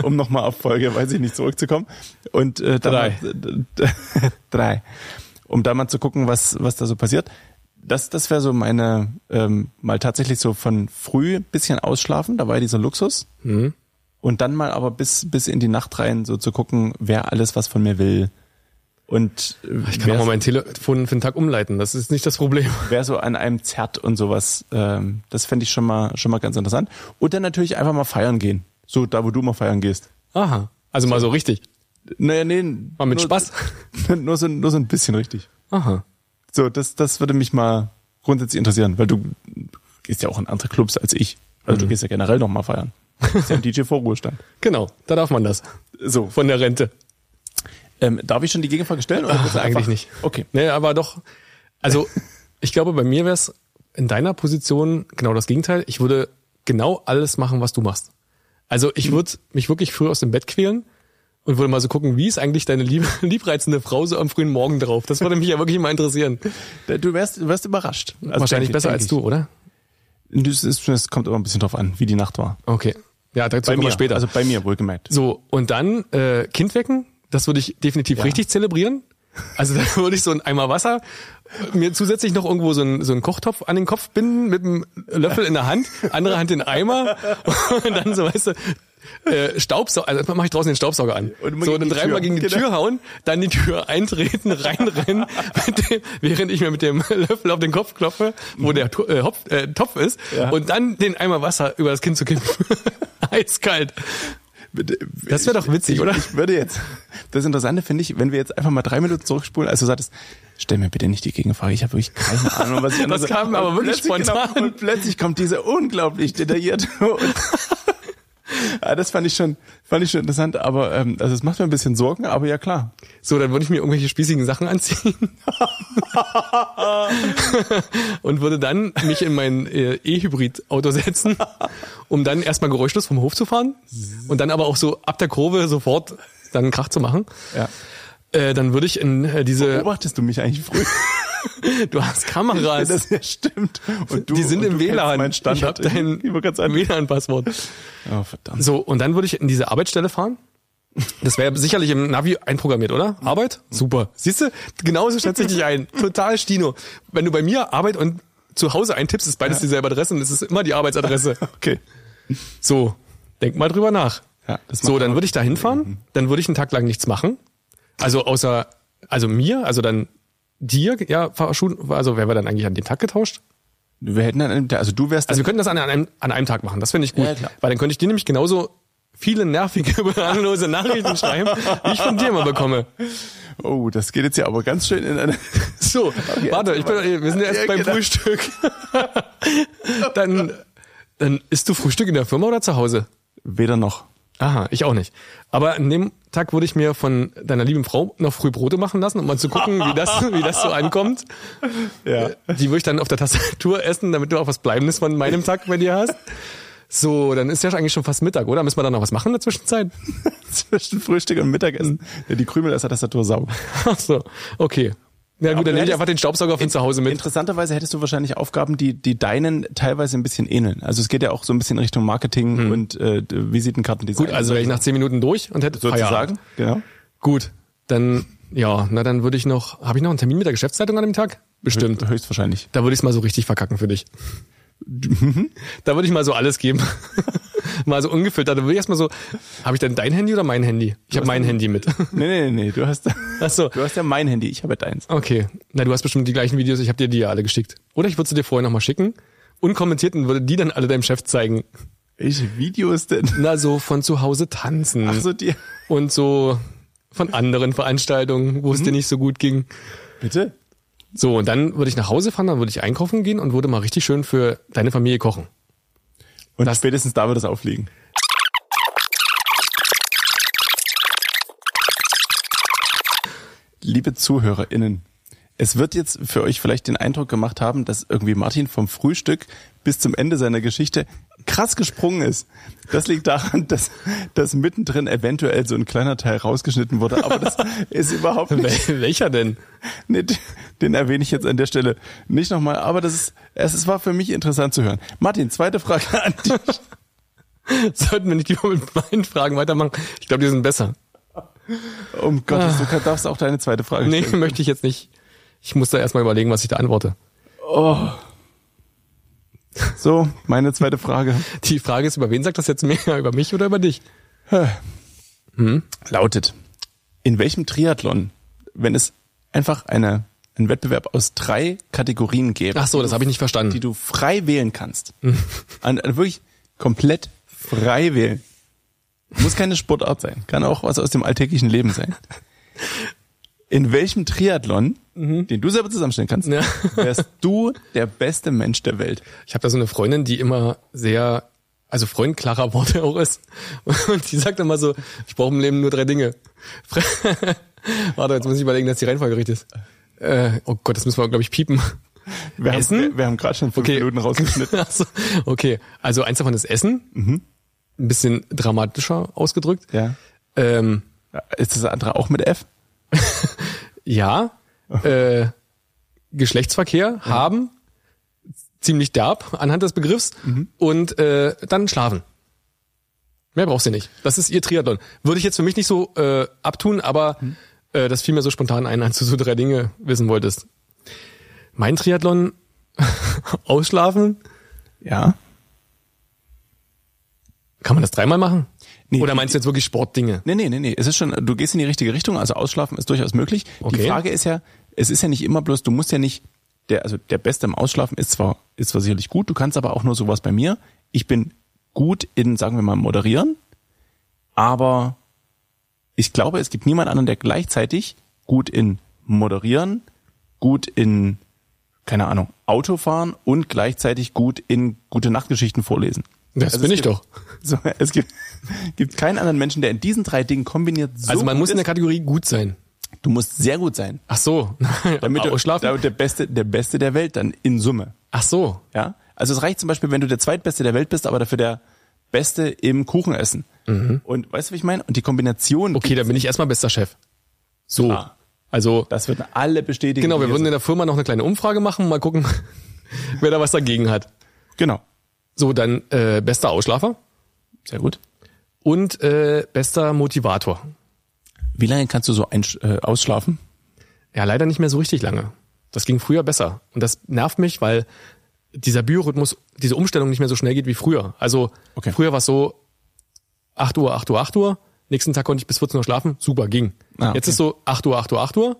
B: um nochmal auf Folge, weiß ich nicht, zurückzukommen. Und äh, dann
C: Drei.
B: Mal, d- d- drei. Um da mal zu gucken, was, was da so passiert. Das, das wäre so meine, ähm, mal tatsächlich so von früh bisschen ausschlafen, da war ja dieser Luxus.
C: Mhm.
B: Und dann mal aber bis, bis in die Nacht rein so zu gucken, wer alles was von mir will. Und
C: Ich kann auch mal mein Telefon für den Tag umleiten. Das ist nicht das Problem.
B: wer so an einem zerrt und sowas. Ähm, das fände ich schon mal, schon mal ganz interessant. Und dann natürlich einfach mal feiern gehen. So da, wo du mal feiern gehst.
C: Aha. Also mal so richtig.
B: Naja, nee.
C: Mal mit
B: nur-
C: Spaß.
B: Nur so, nur so ein bisschen richtig.
C: Aha.
B: So, das, das würde mich mal grundsätzlich interessieren, weil du gehst ja auch in andere Clubs als ich. Also
C: Mhm.
B: du gehst ja generell noch mal feiern. Du bist ja im DJ vor Ruhestand.
C: Genau, da darf man das.
B: So,
C: Von der Rente.
B: ähm, darf ich schon die Gegenfrage stellen? Oder willst du
C: eigentlich
B: einfach-
C: nicht.
B: Okay.
C: Nee, aber doch. Also, ich glaube, bei mir wäre es in deiner Position genau das Gegenteil. Ich würde genau alles machen, was du machst. Also, ich würde mich wirklich früh aus dem Bett quälen und würde mal so gucken, wie ist eigentlich deine liebe, liebreizende Frau so am frühen Morgen drauf? Das würde mich ja wirklich mal interessieren.
B: Du wärst, du wärst überrascht. Also
C: Wahrscheinlich
B: denke-
C: besser
B: denke
C: als
B: ich.
C: du, oder?
B: Das, ist, das kommt immer ein bisschen drauf an, wie die Nacht war.
C: Okay. Ja, dazu
B: Bei
C: kommen wir
B: mir
C: später.
B: Also bei mir wohlgemerkt.
C: So, und dann äh, Kind wecken, das würde ich definitiv
B: Ja.
C: richtig zelebrieren. Also da würde ich so ein Eimer Wasser, äh, mir zusätzlich noch irgendwo so einen so einen Kochtopf an den Kopf binden, mit einem Löffel in der Hand, andere Hand den Eimer und dann so, weißt du, äh, Staubsauger, also erstmal mache ich draußen den Staubsauger an.
B: Und immer
C: so,
B: gegen
C: dann
B: die Tür.
C: dreimal gegen die
B: Genau.
C: Tür hauen, dann die Tür eintreten, reinrennen, mit dem, während ich mir mit dem Löffel auf den Kopf klopfe, wo der Tu- äh, Hopf, äh, Topf ist,
B: Ja.
C: und dann den Eimer Wasser über das Kind zu kippen. Eiskalt. Das wäre doch witzig,
B: ich,
C: oder?
B: Ich würde jetzt. Das Interessante finde ich, wenn wir jetzt einfach mal drei Minuten zurückspulen, als du sagtest, stell mir bitte nicht die Gegenfrage, ich habe wirklich keine Ahnung, was ich anders-
C: kam aber
B: Und
C: wirklich
B: plötzlich-
C: spontan.
B: Genau, und plötzlich kommt diese unglaublich detaillierte. und- Ah, das fand ich schon, fand ich schon interessant, aber ähm, also es macht mir ein bisschen Sorgen, aber ja klar.
C: So, dann würde ich mir irgendwelche spießigen Sachen anziehen. und würde dann mich in mein äh, E-Hybrid-Auto setzen, um dann erstmal geräuschlos vom Hof zu fahren und dann aber auch so ab der Kurve sofort dann einen Krach zu machen.
B: Ja.
C: Äh, dann würde ich in äh, diese,
B: Beobachtest du mich eigentlich früh?
C: du hast Kameras,
B: das ja stimmt. Und du,
C: die sind
B: und
C: im
B: du kennst
C: WLAN.
B: Mein
C: ich habe
B: Standard.
C: dein
B: Ich wollte gerade sagen.
C: WLAN-Passwort.
B: Oh, verdammt.
C: So, und dann würde ich in diese Arbeitsstelle fahren. Das wäre sicherlich im Navi einprogrammiert, oder? Arbeit? Super. Siehst du? Genauso schätze ich dich ein. Total Stino. Wenn du bei mir Arbeit und zu Hause eintippst, ist beides dieselbe Adresse und es ist immer die Arbeitsadresse.
B: Okay.
C: So, denk mal drüber nach.
B: Ja, das
C: so,
B: macht Mhm.
C: dann würde ich da hinfahren, dann würde ich einen Tag lang nichts machen. Also außer, also mir, also dann dir, ja, Fahrschul, also wer war dann eigentlich an dem Tag getauscht?
B: Wir hätten dann, also du wärst
C: Also
B: dann,
C: wir könnten das an einem, an einem Tag machen, das finde ich gut.
B: Ja, klar.
C: Weil dann könnte ich dir nämlich genauso viele nervige, belanglose Nachrichten schreiben, die ich von dir immer bekomme. Also-
B: oh, das geht jetzt ja aber ganz schön in eine,
C: So, warte, ich bin, äh, wir sind ja erst
B: Ja,
C: beim
B: genau.
C: Frühstück. dann, dann isst du Frühstück in der Firma oder zu Hause?
B: weder noch.
C: Aha, ich auch nicht. Aber an dem Tag würde ich mir von deiner lieben Frau noch früh Brote machen lassen, um mal zu gucken, wie das, wie das so ankommt.
B: Ja.
C: Äh, Die würde ich dann auf der Tastatur essen, damit du auch was Bleibendes von meinem Tag bei dir hast. So, dann ist ja eigentlich schon fast Mittag, oder? Müssen wir dann noch was machen in der Zwischenzeit?
B: Zwischen Frühstück und Mittagessen, der die Krümel aus der Tastatur saugen.
C: Ach so, okay. Na
B: Aber
C: gut, dann
B: du
C: nehme ich
B: hättest-
C: einfach den Staubsauger von zu Hause mit.
B: Interessanterweise hättest du wahrscheinlich Aufgaben, die, die deinen teilweise ein bisschen ähneln. Also es geht ja auch so ein bisschen Richtung Marketing und äh, Visitenkartendesign.
C: Hm. Gut, also wäre ich Ah nach zehn Minuten durch und hätte
B: sozusagen.
C: Feierabend.
B: Genau.
C: Gut, dann, ja, na dann würde ich noch, habe ich noch einen Termin mit der Geschäftsleitung an dem Tag? Bestimmt.
B: Höchstwahrscheinlich.
C: Da würde ich es mal so richtig verkacken für dich. da würde ich mal so alles geben. mal so ungefiltert. Da würde ich erstmal so, habe ich dann dein Handy oder mein Handy? Ich habe mein Handy mit.
B: Nee, nee, nee, nee, du hast,
C: Ach so.
B: du hast ja mein Handy, ich habe deins.
C: Okay. Na, du hast bestimmt die gleichen Videos, ich habe dir die ja alle geschickt. Oder ich würde sie dir vorher nochmal schicken, unkommentiert und würde die dann alle deinem Chef zeigen.
B: Welche Videos denn?
C: Na, so von zu Hause tanzen.
B: Also die,
C: Und so von anderen Veranstaltungen, wo es dir nicht so gut ging.
B: bitte?
C: So, und dann würde ich nach Hause fahren, dann würde ich einkaufen gehen und würde mal richtig schön für deine Familie kochen.
B: Und spätestens da wird es aufliegen. Liebe ZuhörerInnen, es wird jetzt für euch vielleicht den Eindruck gemacht haben, dass irgendwie Martin vom Frühstück bis zum Ende seiner Geschichte krass gesprungen ist. Das liegt daran, dass, dass mittendrin eventuell so ein kleiner Teil rausgeschnitten wurde, aber das ist überhaupt nicht
C: Wel welcher denn?
B: Nee, d- den erwähne ich jetzt an der Stelle nicht nochmal, aber das ist, es, es war für mich interessant zu hören. Martin, zweite Frage an dich.
C: Sollten wir nicht lieber mit meinen Fragen weitermachen? Ich glaube, die sind besser.
B: Um Gottes, du kann- darfst auch deine zweite Frage
C: Nee,
B: stellen.
C: möchte ich jetzt nicht. Ich muss da erstmal überlegen, was ich da antworte.
B: So, meine zweite Frage
C: Die Frage ist, über wen sagt das jetzt mehr? Über mich oder über dich?
B: Hm? lautet, in welchem Triathlon, wenn es einfach eine, einen Wettbewerb aus drei Kategorien gäbe,
C: Ach so, das habe ich nicht verstanden.
B: die du Hm. frei wählen kannst, an, an wirklich komplett frei wählen, Muss keine Sportart sein. Kann auch was aus dem alltäglichen Leben sein. In welchem Triathlon, den du selber zusammenstellen kannst,
C: Ja.
B: wärst du der beste Mensch der Welt?
C: Ich habe da so eine Freundin, die immer sehr, also Freund klarer Worte auch ist. Und die sagt immer so, ich brauche im Leben nur drei Dinge. Fre- Warte, jetzt muss ich überlegen, dass die Reihenfolge richtig ist. Äh, oh Gott, das müssen wir, glaube ich, piepen.
B: Wir
C: Essen?
B: Haben, wir, wir haben gerade schon fünf
C: Okay.
B: Minuten rausgeschnitten.
C: Also, okay, also eins davon ist Essen. Ein bisschen dramatischer ausgedrückt.
B: ja.
C: Ähm,
B: Ist das andere auch mit F?
C: ja, äh, Geschlechtsverkehr haben, ziemlich derb anhand des Begriffs
B: Mhm.
C: und äh, dann schlafen. Mehr braucht sie nicht. Das ist ihr Triathlon. Würde ich jetzt für mich nicht so äh, abtun, aber
B: Mhm.
C: äh, das fiel mir so spontan ein, als du so drei Dinge wissen wolltest. Mein Triathlon, ausschlafen,
B: Ja.
C: kann man das dreimal machen?
B: Nee,
C: Oder meinst du jetzt wirklich Sportdinge?
B: Nee, nee, nee, nee. Es ist schon, du gehst in die richtige Richtung, also ausschlafen ist durchaus möglich. Die
C: Okay.
B: Frage ist ja, es ist ja nicht immer bloß, du musst ja nicht, der, also der Beste im Ausschlafen ist zwar, ist zwar sicherlich gut, du kannst aber auch nur sowas bei mir. Ich bin gut in, sagen wir mal, moderieren, aber ich glaube, es gibt niemand anderen, der gleichzeitig gut in moderieren, gut in, keine Ahnung, Autofahren und gleichzeitig gut in gute Nachtgeschichten vorlesen.
C: Das
B: Also
C: bin
B: es
C: ich
B: gibt-
C: doch.
B: So, es gibt, gibt keinen anderen Menschen, der in diesen drei Dingen kombiniert so
C: Also man
B: gut
C: muss in der
B: ist.
C: Kategorie gut sein.
B: Du musst sehr gut sein,
C: Ach so,
B: damit du,
C: ausschlafen.
B: damit der Beste, der Beste der Welt dann in Summe.
C: Ach so,
B: Ja, also es reicht zum Beispiel, wenn du der zweitbeste der Welt bist, aber dafür der Beste im Kuchenessen. Und weißt du, wie ich meine? Und die Kombination,
C: Mhm. okay, dann bin ich erstmal bester Chef. So.
B: Klar.
C: Also,
B: Ah. das würden alle bestätigen.
C: genau, wir
B: die
C: würden in
B: hier
C: der Firma noch eine kleine Umfrage machen, mal gucken, wer da was dagegen hat.
B: sind. genau,
C: So, dann äh, bester Ausschlafer
B: sehr gut.
C: und äh, bester Motivator.
B: Wie lange kannst du so einsch- äh, ausschlafen?
C: Ja, leider nicht mehr so richtig lange. Das ging früher besser. Und das nervt mich, weil dieser Biorhythmus, diese Umstellung nicht mehr so schnell geht wie früher. Also
B: Okay.
C: früher war es so 8 Uhr, 8 Uhr, 8 Uhr. Nächsten Tag konnte ich bis 14 Uhr schlafen. Super, ging.
B: Ah, okay.
C: Jetzt ist so 8 Uhr, 8 Uhr, 8 Uhr.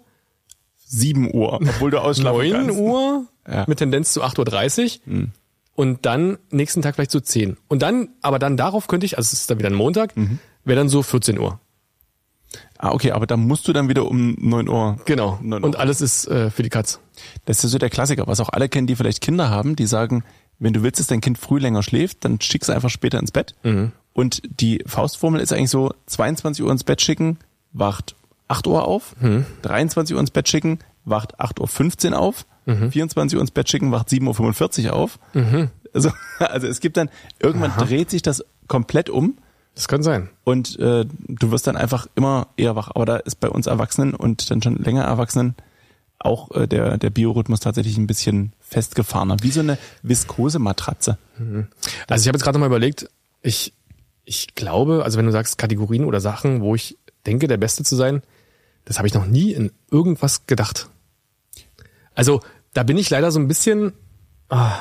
B: Sieben Uhr, obwohl du ausschlafen
C: 9
B: kannst.
C: Uhr
B: Ja. Hm.
C: mit Tendenz zu 8.30 Uhr. Und dann nächsten Tag vielleicht zu 10. Und dann, aber dann darauf könnte ich, also es ist dann wieder ein Montag,
B: Mhm.
C: wäre dann so 14 Uhr.
B: Ah, okay, aber da musst du dann wieder um neun Uhr.
C: Genau.
B: Neun
C: Und
B: Uhr.
C: alles ist äh, für die Katz.
B: Das ist so der Klassiker, was auch alle kennen, die vielleicht Kinder haben, die sagen, wenn du willst, dass dein Kind früh länger schläft, dann schick's einfach später ins Bett. Und die Faustformel ist eigentlich so, 22 Uhr ins Bett schicken, wacht 8 Uhr auf, 23 Uhr ins Bett schicken, wacht 8.15 Uhr auf, 24 Uhr ins Bett schicken, wacht 7.45 Uhr auf. Also, also es gibt dann, irgendwann dreht sich das komplett um
C: Das kann sein.
B: und äh, du wirst dann einfach immer eher wach. Aber da ist bei uns Erwachsenen und dann schon länger Erwachsenen auch äh, der, der Biorhythmus tatsächlich ein bisschen festgefahrener, wie so eine Viskosematratze.
C: Also ich habe jetzt gerade noch mal überlegt, ich, ich glaube, also wenn du sagst Kategorien oder Sachen, wo ich denke, der Beste zu sein, das habe ich noch nie in irgendwas gedacht. Also da bin ich leider so ein bisschen, ah,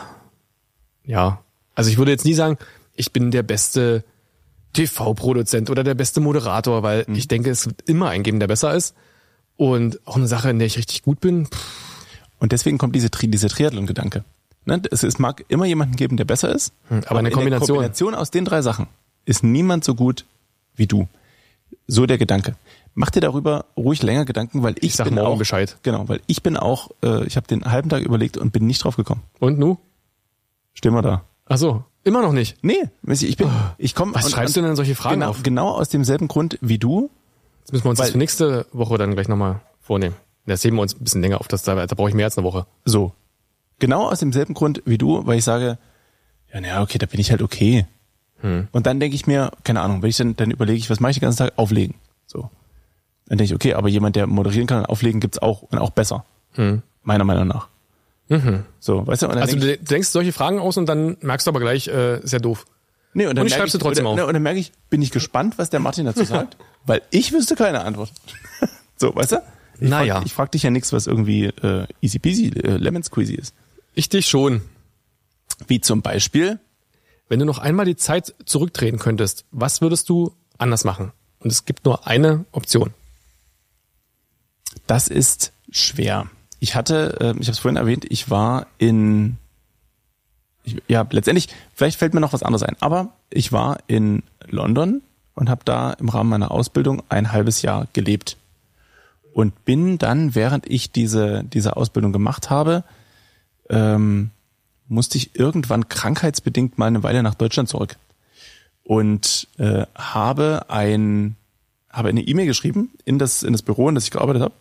C: ja, also ich würde jetzt nie sagen, ich bin der beste TV-Produzent oder der beste Moderator, weil ich denke, es wird immer einen geben, der besser ist. Und auch eine Sache, in der ich richtig gut bin, pff,
B: Und deswegen kommt diese, Tri diese Triathlon-Gedanke. Ne? Es, es mag immer jemanden geben, der besser ist,
C: Hm, aber eine
B: in
C: Kombination.
B: Der Kombination aus den drei Sachen ist niemand so gut wie du. So der Gedanke. Mach dir darüber ruhig länger Gedanken, weil ich,
C: Ich sag
B: bin
C: morgen
B: auch,
C: Bescheid.
B: Genau, weil ich bin auch, äh, ich habe den halben Tag überlegt und bin nicht drauf gekommen.
C: Und nu?
B: Stehen wir da.
C: Ach so, immer noch nicht.
B: Nee, Messi, ich bin, ich komme.
C: Oh, Was schreibst du denn solche Fragen
B: genau,
C: auf?
B: Genau aus demselben Grund wie du.
C: Das müssen wir uns
B: Weil-
C: das für nächste Woche dann gleich nochmal vornehmen. Das heben wir uns ein bisschen länger auf, das da, da brauche ich mehr als eine Woche.
B: So. Genau aus demselben Grund wie du, weil ich sage, ja, naja, okay, da bin ich halt okay.
C: Hm.
B: Und dann denke ich mir, keine Ahnung, wenn ich dann, dann überlege ich, was mache ich den ganzen Tag? Auflegen. So. Dann denke ich, okay, aber jemand, der moderieren kann und auflegen, gibt's auch und auch besser. Meiner Meinung nach. So, weißt du? Und dann
C: Hm. Also
B: denk
C: du
B: ich,
C: de- denkst solche Fragen aus und dann merkst du aber gleich, äh, ist ja doof.
B: nee, und dann
C: und ich
B: merke
C: schreib's dir trotzdem
B: ne, und, dann-
C: auf.
B: Und dann merke ich, bin ich gespannt, was der Martin dazu sagt, weil ich wüsste keine Antwort. so, weißt du? Ich
C: Naja.
B: Frag, ich frage dich ja nichts, was irgendwie äh, easy peasy, äh, lemon squeezy ist.
C: Ich dich schon.
B: Wie zum Beispiel,
C: Wenn du noch einmal die Zeit zurückdrehen könntest, was würdest du anders machen? Und es gibt nur eine Option.
B: das ist schwer. Ich hatte, äh, ich habe es vorhin erwähnt, ich war in, ich, ja, letztendlich, vielleicht fällt mir noch was anderes ein, aber ich war in London und habe da im Rahmen meiner Ausbildung ein halbes Jahr gelebt. Und bin dann, während ich diese, diese Ausbildung gemacht habe, ähm, musste ich irgendwann krankheitsbedingt mal eine Weile nach Deutschland zurück und äh, habe ein habe eine E-Mail geschrieben in das in das Büro, in das ich gearbeitet habe,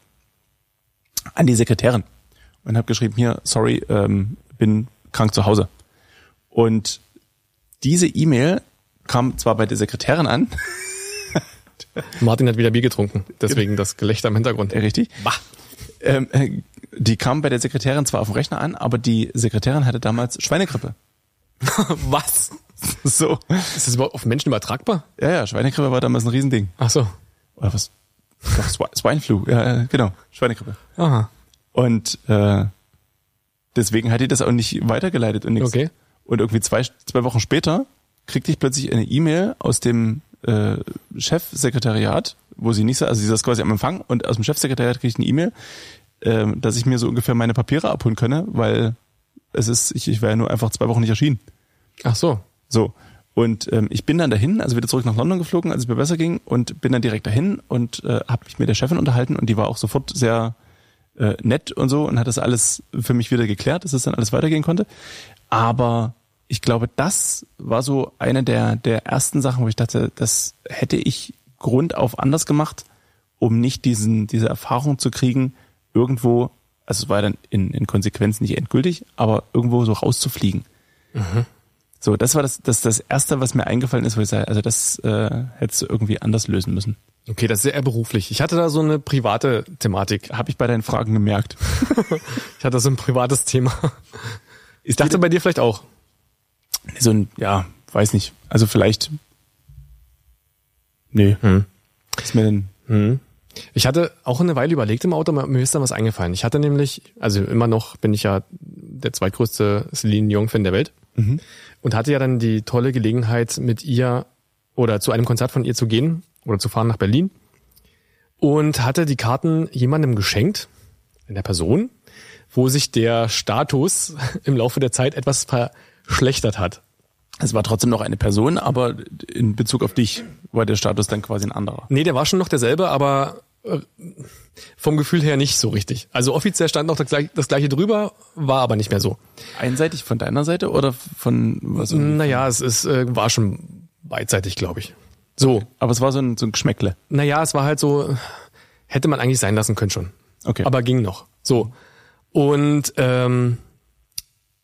B: an die Sekretärin und habe geschrieben hier sorry ähm, bin krank zu Hause und diese E-Mail kam zwar bei der Sekretärin an
C: Martin hat wieder Bier getrunken, deswegen das Gelächter im Hintergrund.
B: äh, richtig ähm, äh, die kam bei der Sekretärin zwar auf dem Rechner an aber die Sekretärin hatte damals Schweinegrippe
C: Was?
B: so
C: Ist das überhaupt auf Menschen übertragbar?
B: ja ja Schweinegrippe war damals ein Riesending
C: Ach so.
B: oder was Doch, Swi- Swineflu ja ja, genau Schweinegrippe
C: Aha.
B: Und äh, deswegen hat die das auch nicht weitergeleitet und nichts.
C: Okay.
B: Und irgendwie zwei, zwei Wochen später kriegte ich plötzlich eine E-Mail aus dem äh, Chefsekretariat, wo sie nicht, sa- also sie saß quasi am Empfang und aus dem Chefsekretariat kriege ich eine E-Mail, ähm, dass ich mir so ungefähr meine Papiere abholen könne, weil es ist, ich, ich war ja nur einfach zwei Wochen nicht erschienen.
C: Ach so.
B: So. Und ähm, ich bin dann dahin, also wieder zurück nach London geflogen, als es mir besser ging, und bin dann direkt dahin und äh, habe mich mit der Chefin unterhalten und die war auch sofort sehr äh, nett und so und hat das alles für mich wieder geklärt, dass es dann alles weitergehen konnte. Aber ich glaube, das war so eine der, der ersten Sachen, wo ich dachte, das hätte ich Grund auf anders gemacht, um nicht diesen, diese Erfahrung zu kriegen, irgendwo, also es war dann in, in Konsequenz nicht endgültig, aber irgendwo so rauszufliegen. So, das war das, das, das Erste, was mir eingefallen ist, wo ich sage, also das äh, hättest du irgendwie anders lösen müssen.
C: Okay, das ist sehr eher beruflich. Ich hatte da so eine private Thematik.
B: Habe ich bei deinen Fragen gemerkt.
C: Ich hatte so ein privates Thema. Ich dachte bei dir vielleicht auch.
B: So ein, ja, weiß nicht. Also vielleicht. Nee.
C: Hm.
B: Ist mir denn.
C: Ich hatte auch eine Weile überlegt im Auto, aber mir ist dann was eingefallen. Ich hatte nämlich, also immer noch bin ich ja der zweitgrößte Celine Jung-Fan der Welt und hatte ja dann die tolle Gelegenheit, mit ihr oder zu einem Konzert von ihr zu gehen oder zu fahren nach Berlin und hatte die Karten jemandem geschenkt, einer Person, wo sich der Status im Laufe der Zeit etwas verschlechtert hat.
B: Es war trotzdem noch eine Person, aber in Bezug auf dich war der Status dann quasi ein anderer.
C: Nee, der war schon noch derselbe, aber äh, vom Gefühl her nicht so richtig. Also offiziell stand noch das gleiche, das gleiche drüber, war aber nicht mehr so.
B: Einseitig von deiner Seite oder von was?
C: Naja, es ist, äh, war schon beidseitig, glaube ich. So,
B: Aber es war so ein, so ein Geschmäckle.
C: naja, es war halt so, hätte man eigentlich sein lassen können schon.
B: Okay.
C: Aber ging noch. So. Und ähm,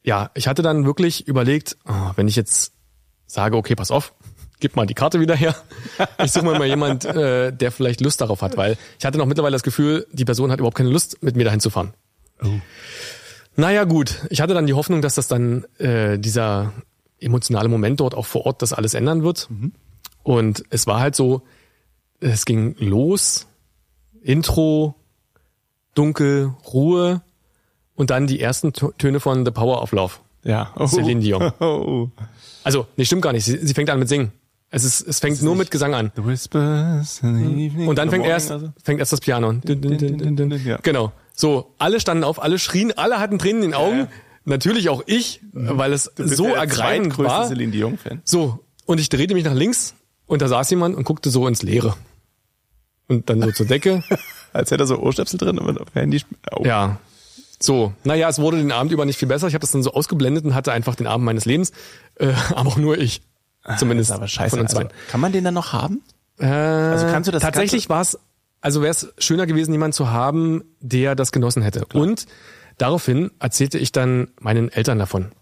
C: ja, ich hatte dann wirklich überlegt, ah, wenn ich jetzt sage, okay, pass auf, gib mal die Karte wieder her. Ich suche mir mal jemand, äh, der vielleicht Lust darauf hat, weil ich hatte noch mittlerweile das Gefühl, die Person hat überhaupt keine Lust, mit mir dahin zu fahren. Naja, gut. Ich hatte dann die Hoffnung, dass das dann äh, dieser emotionale Moment dort auch vor Ort das alles ändern wird. Und es war halt so, es ging los, Intro, dunkel, Ruhe und dann die ersten Tö- Töne von The Power of Love.
B: ja. Oh.
C: Celine Dion.
B: Oh.
C: Also, nee, stimmt gar nicht. Sie, sie fängt an mit Singen. Es ist, es fängt nur mit Gesang an.
B: The whispers in the evening.
C: Hm. Und dann
B: Oder
C: fängt erst,
B: morning, also.
C: fängt erst das Piano an. Dun, dun, dun, dun, dun.
B: Ja.
C: Genau. So, alle standen auf, alle schrien, alle hatten Tränen in den Augen.
B: ja.
C: Natürlich auch ich, weil es
B: Also,
C: so ergreifend
B: größte
C: war.
B: Celine Dion Fan.
C: So, und ich drehte mich nach links und da saß jemand und guckte so ins Leere. Und dann so zur Decke.
B: Als hätte er so Ohrstöpsel drin und auf Handy. Oh.
C: ja. So, naja, es wurde den Abend über nicht viel besser. Ich habe das dann so ausgeblendet und hatte einfach den Abend meines Lebens. Äh, aber auch nur ich. Zumindest
B: Ah, Aber scheiße.
C: von uns
B: also,
C: beiden.
B: kann man den dann noch haben?
C: also
B: kannst du das-
C: Tatsächlich war es, also wäre es schöner gewesen, jemanden zu haben, der das genossen hätte. Und daraufhin erzählte ich dann meinen Eltern davon,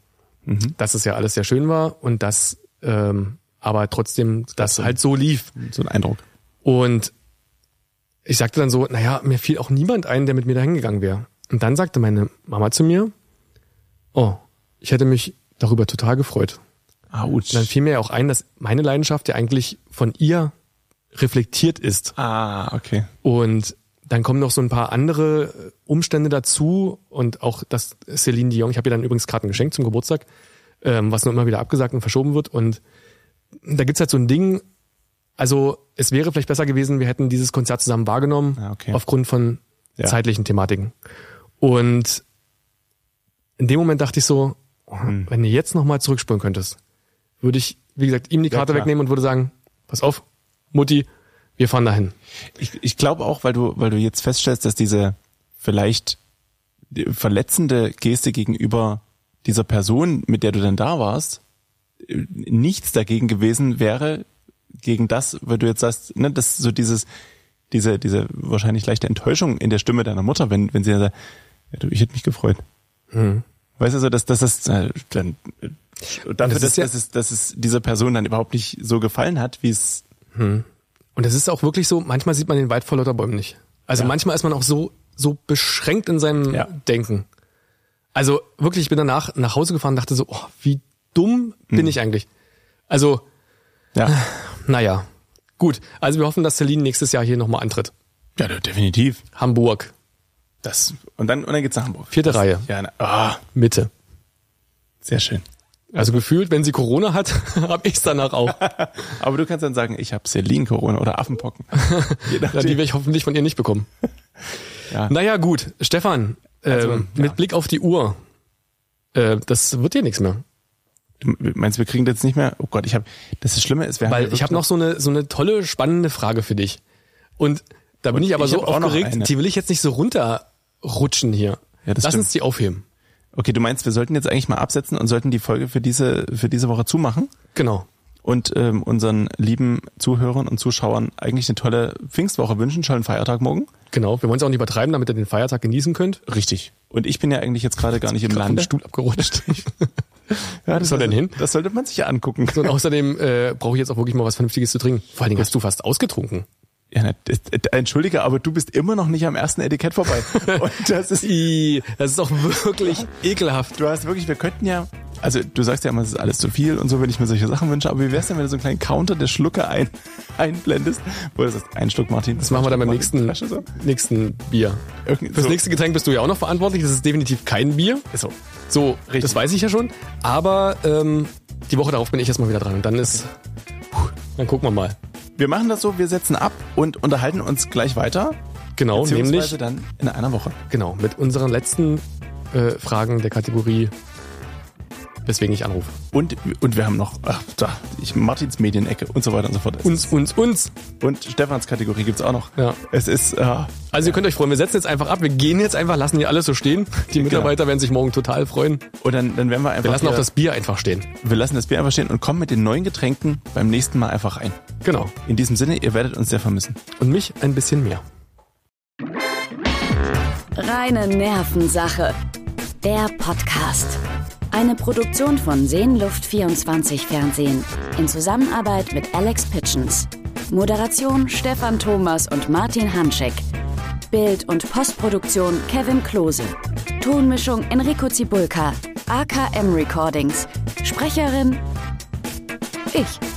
B: Mhm.
C: dass es ja alles sehr schön war und dass ähm, aber trotzdem das halt so lief.
B: So ein Eindruck.
C: Und ich sagte dann so, naja, mir fiel auch niemand ein, der mit mir dahin gegangen wäre. Und dann sagte meine Mama zu mir, oh, ich hätte mich darüber total gefreut.
B: Autsch.
C: Und dann fiel mir ja auch ein, dass meine Leidenschaft ja eigentlich von ihr reflektiert ist.
B: ah, okay.
C: Und dann kommen noch so ein paar andere äh, Umstände dazu und auch, dass Celine Dion, ich habe ihr dann übrigens Karten geschenkt zum Geburtstag, ähm, was nur immer wieder abgesagt und verschoben wird. Und da gibt's halt so ein Ding, also es wäre vielleicht besser gewesen, wir hätten dieses Konzert zusammen wahrgenommen,
B: Ah, okay.
C: aufgrund von
B: Ja.
C: zeitlichen Thematiken. Und in dem Moment dachte ich so, oh,
B: Hm.
C: wenn du jetzt nochmal zurückspulen könntest, würde ich, wie gesagt, ihm die Karte
B: klar.
C: wegnehmen und würde sagen, pass auf, Mutti, wir fahren dahin.
B: Ich, ich glaube auch, weil du, weil du jetzt feststellst, dass diese vielleicht die verletzende Geste gegenüber dieser Person, mit der du dann da warst, äh, nichts dagegen gewesen wäre, gegen das, weil du jetzt sagst, ne, das so dieses, diese, diese wahrscheinlich leichte Enttäuschung in der Stimme deiner Mutter, wenn, wenn sie dann sagt, ja, du, ich hätte mich gefreut. Hm. Weißt du, so, dass, dass das äh, dann, äh, dafür,
C: ist
B: dass,
C: ja-
B: dass, es, dass es dieser Person dann überhaupt nicht so gefallen hat, wie es
C: Und es ist auch wirklich so, manchmal sieht man den Wald vor lauter Bäumen nicht. Also
B: Ja.
C: manchmal ist man auch so, so beschränkt in seinem
B: Ja.
C: Denken. Also wirklich, ich bin danach nach Hause gefahren und dachte so, oh, wie dumm
B: Hm.
C: bin ich eigentlich. Also,
B: ja.
C: naja, gut. Also wir hoffen, dass Celine nächstes Jahr hier nochmal antritt.
B: Ja, du, definitiv.
C: Hamburg,
B: Das. Und dann, und dann geht's nach Hamburg.
C: Vierte
B: das,
C: Reihe.
B: Ja, na, ah,
C: Mitte.
B: sehr schön.
C: Also gefühlt, wenn sie Corona hat, hab ich's danach auch.
B: Aber du kannst dann sagen, ich habe Selin-Corona oder Affenpocken. Je
C: Ja, die
B: nachdem.
C: werde ich hoffentlich von ihr nicht bekommen.
B: Ja. Also,
C: Naja, gut. Stefan, ähm,
B: ja.
C: mit Blick auf die Uhr, äh, das wird dir nichts mehr.
B: Du meinst, wir kriegen das jetzt nicht mehr? Oh Gott, ich habe. Das ist Schlimme ist, wir haben
C: Weil
B: ja
C: ich habe noch so eine, so eine tolle, spannende Frage für dich. Und da
B: Und
C: bin ich aber
B: ich
C: so
B: hab auch noch eine.
C: aufgeregt, die will ich jetzt nicht so runterrutschen hier.
B: Ja, das
C: Lass
B: stimmt.
C: uns die aufheben.
B: Okay, du meinst, wir sollten jetzt eigentlich mal absetzen und sollten die Folge für diese für diese Woche zumachen
C: Genau.
B: und ähm, unseren lieben Zuhörern und Zuschauern eigentlich eine tolle Pfingstwoche wünschen, schönen Feiertag morgen.
C: Genau. Wir wollen es auch nicht übertreiben, damit ihr den Feiertag genießen könnt.
B: Richtig. Und ich bin ja eigentlich jetzt gerade gar nicht im
C: Gerade vom
B: Lande.
C: Stuhl abgerutscht.
B: Ja, das
C: soll denn hin?
B: Das sollte man sich ja angucken.
C: und außerdem äh, brauche ich jetzt auch wirklich mal was Vernünftiges zu trinken. Vor allen Dingen hast du fast ausgetrunken.
B: Ja, na, das- äh, entschuldige, aber du bist immer noch nicht am ersten Etikett vorbei. Und das ist
C: Ih, das ist auch wirklich ekelhaft.
B: Du hast wirklich, wir könnten ja, also du sagst ja immer, es ist alles zu viel und so, wenn ich mir solche Sachen wünsche, aber wie wär's denn, wenn du so einen kleinen Counter der Schlucke ein, einblendest, wo du sagst, ein Schluck Martin.
C: Das machen wir dann beim nächsten,
B: Flasche so.
C: nächsten Bier.
B: Irgendwie
C: Fürs
B: so.
C: nächste Getränk bist du ja auch noch verantwortlich. Das ist definitiv kein Bier.
B: So.
C: So,
B: Richtig.
C: das weiß ich ja schon. Aber ähm, die Woche darauf bin ich erstmal wieder dran. Und dann ist. Puh, dann gucken wir mal.
B: Wir machen das so, wir setzen ab und unterhalten uns gleich weiter,
C: Genau,
B: beziehungsweise
C: nämlich
B: dann in einer Woche.
C: genau, mit unseren letzten äh, Fragen der Kategorie, weswegen ich anrufe.
B: Und, und wir haben noch, ach, da, ich, Martins Medienecke und so weiter und so fort.
C: Uns, uns, uns.
B: und Stefans Kategorie gibt's auch noch.
C: Ja.
B: Es ist, äh,
C: Also ihr könnt euch freuen, wir setzen jetzt einfach ab, wir gehen jetzt einfach, lassen hier alles so stehen. Die Mitarbeiter werden sich morgen total freuen.
B: und dann, dann werden wir einfach,
C: Wir lassen auch
B: hier-
C: das Bier einfach stehen.
B: wir lassen das Bier einfach stehen und kommen mit den neuen Getränken beim nächsten Mal einfach rein.
C: Genau.
B: In diesem Sinne, ihr werdet uns sehr vermissen.
C: Und mich ein bisschen mehr.
A: Reine Nervensache. Der Podcast. Eine Produktion von Seenluft 24 Fernsehen in Zusammenarbeit mit Alex Pitchens. Moderation Stefan Thomas und Martin Hanschek. Bild- und Postproduktion Kevin Klose. Tonmischung Enrico Zibulka. AKM Recordings. Sprecherin ich.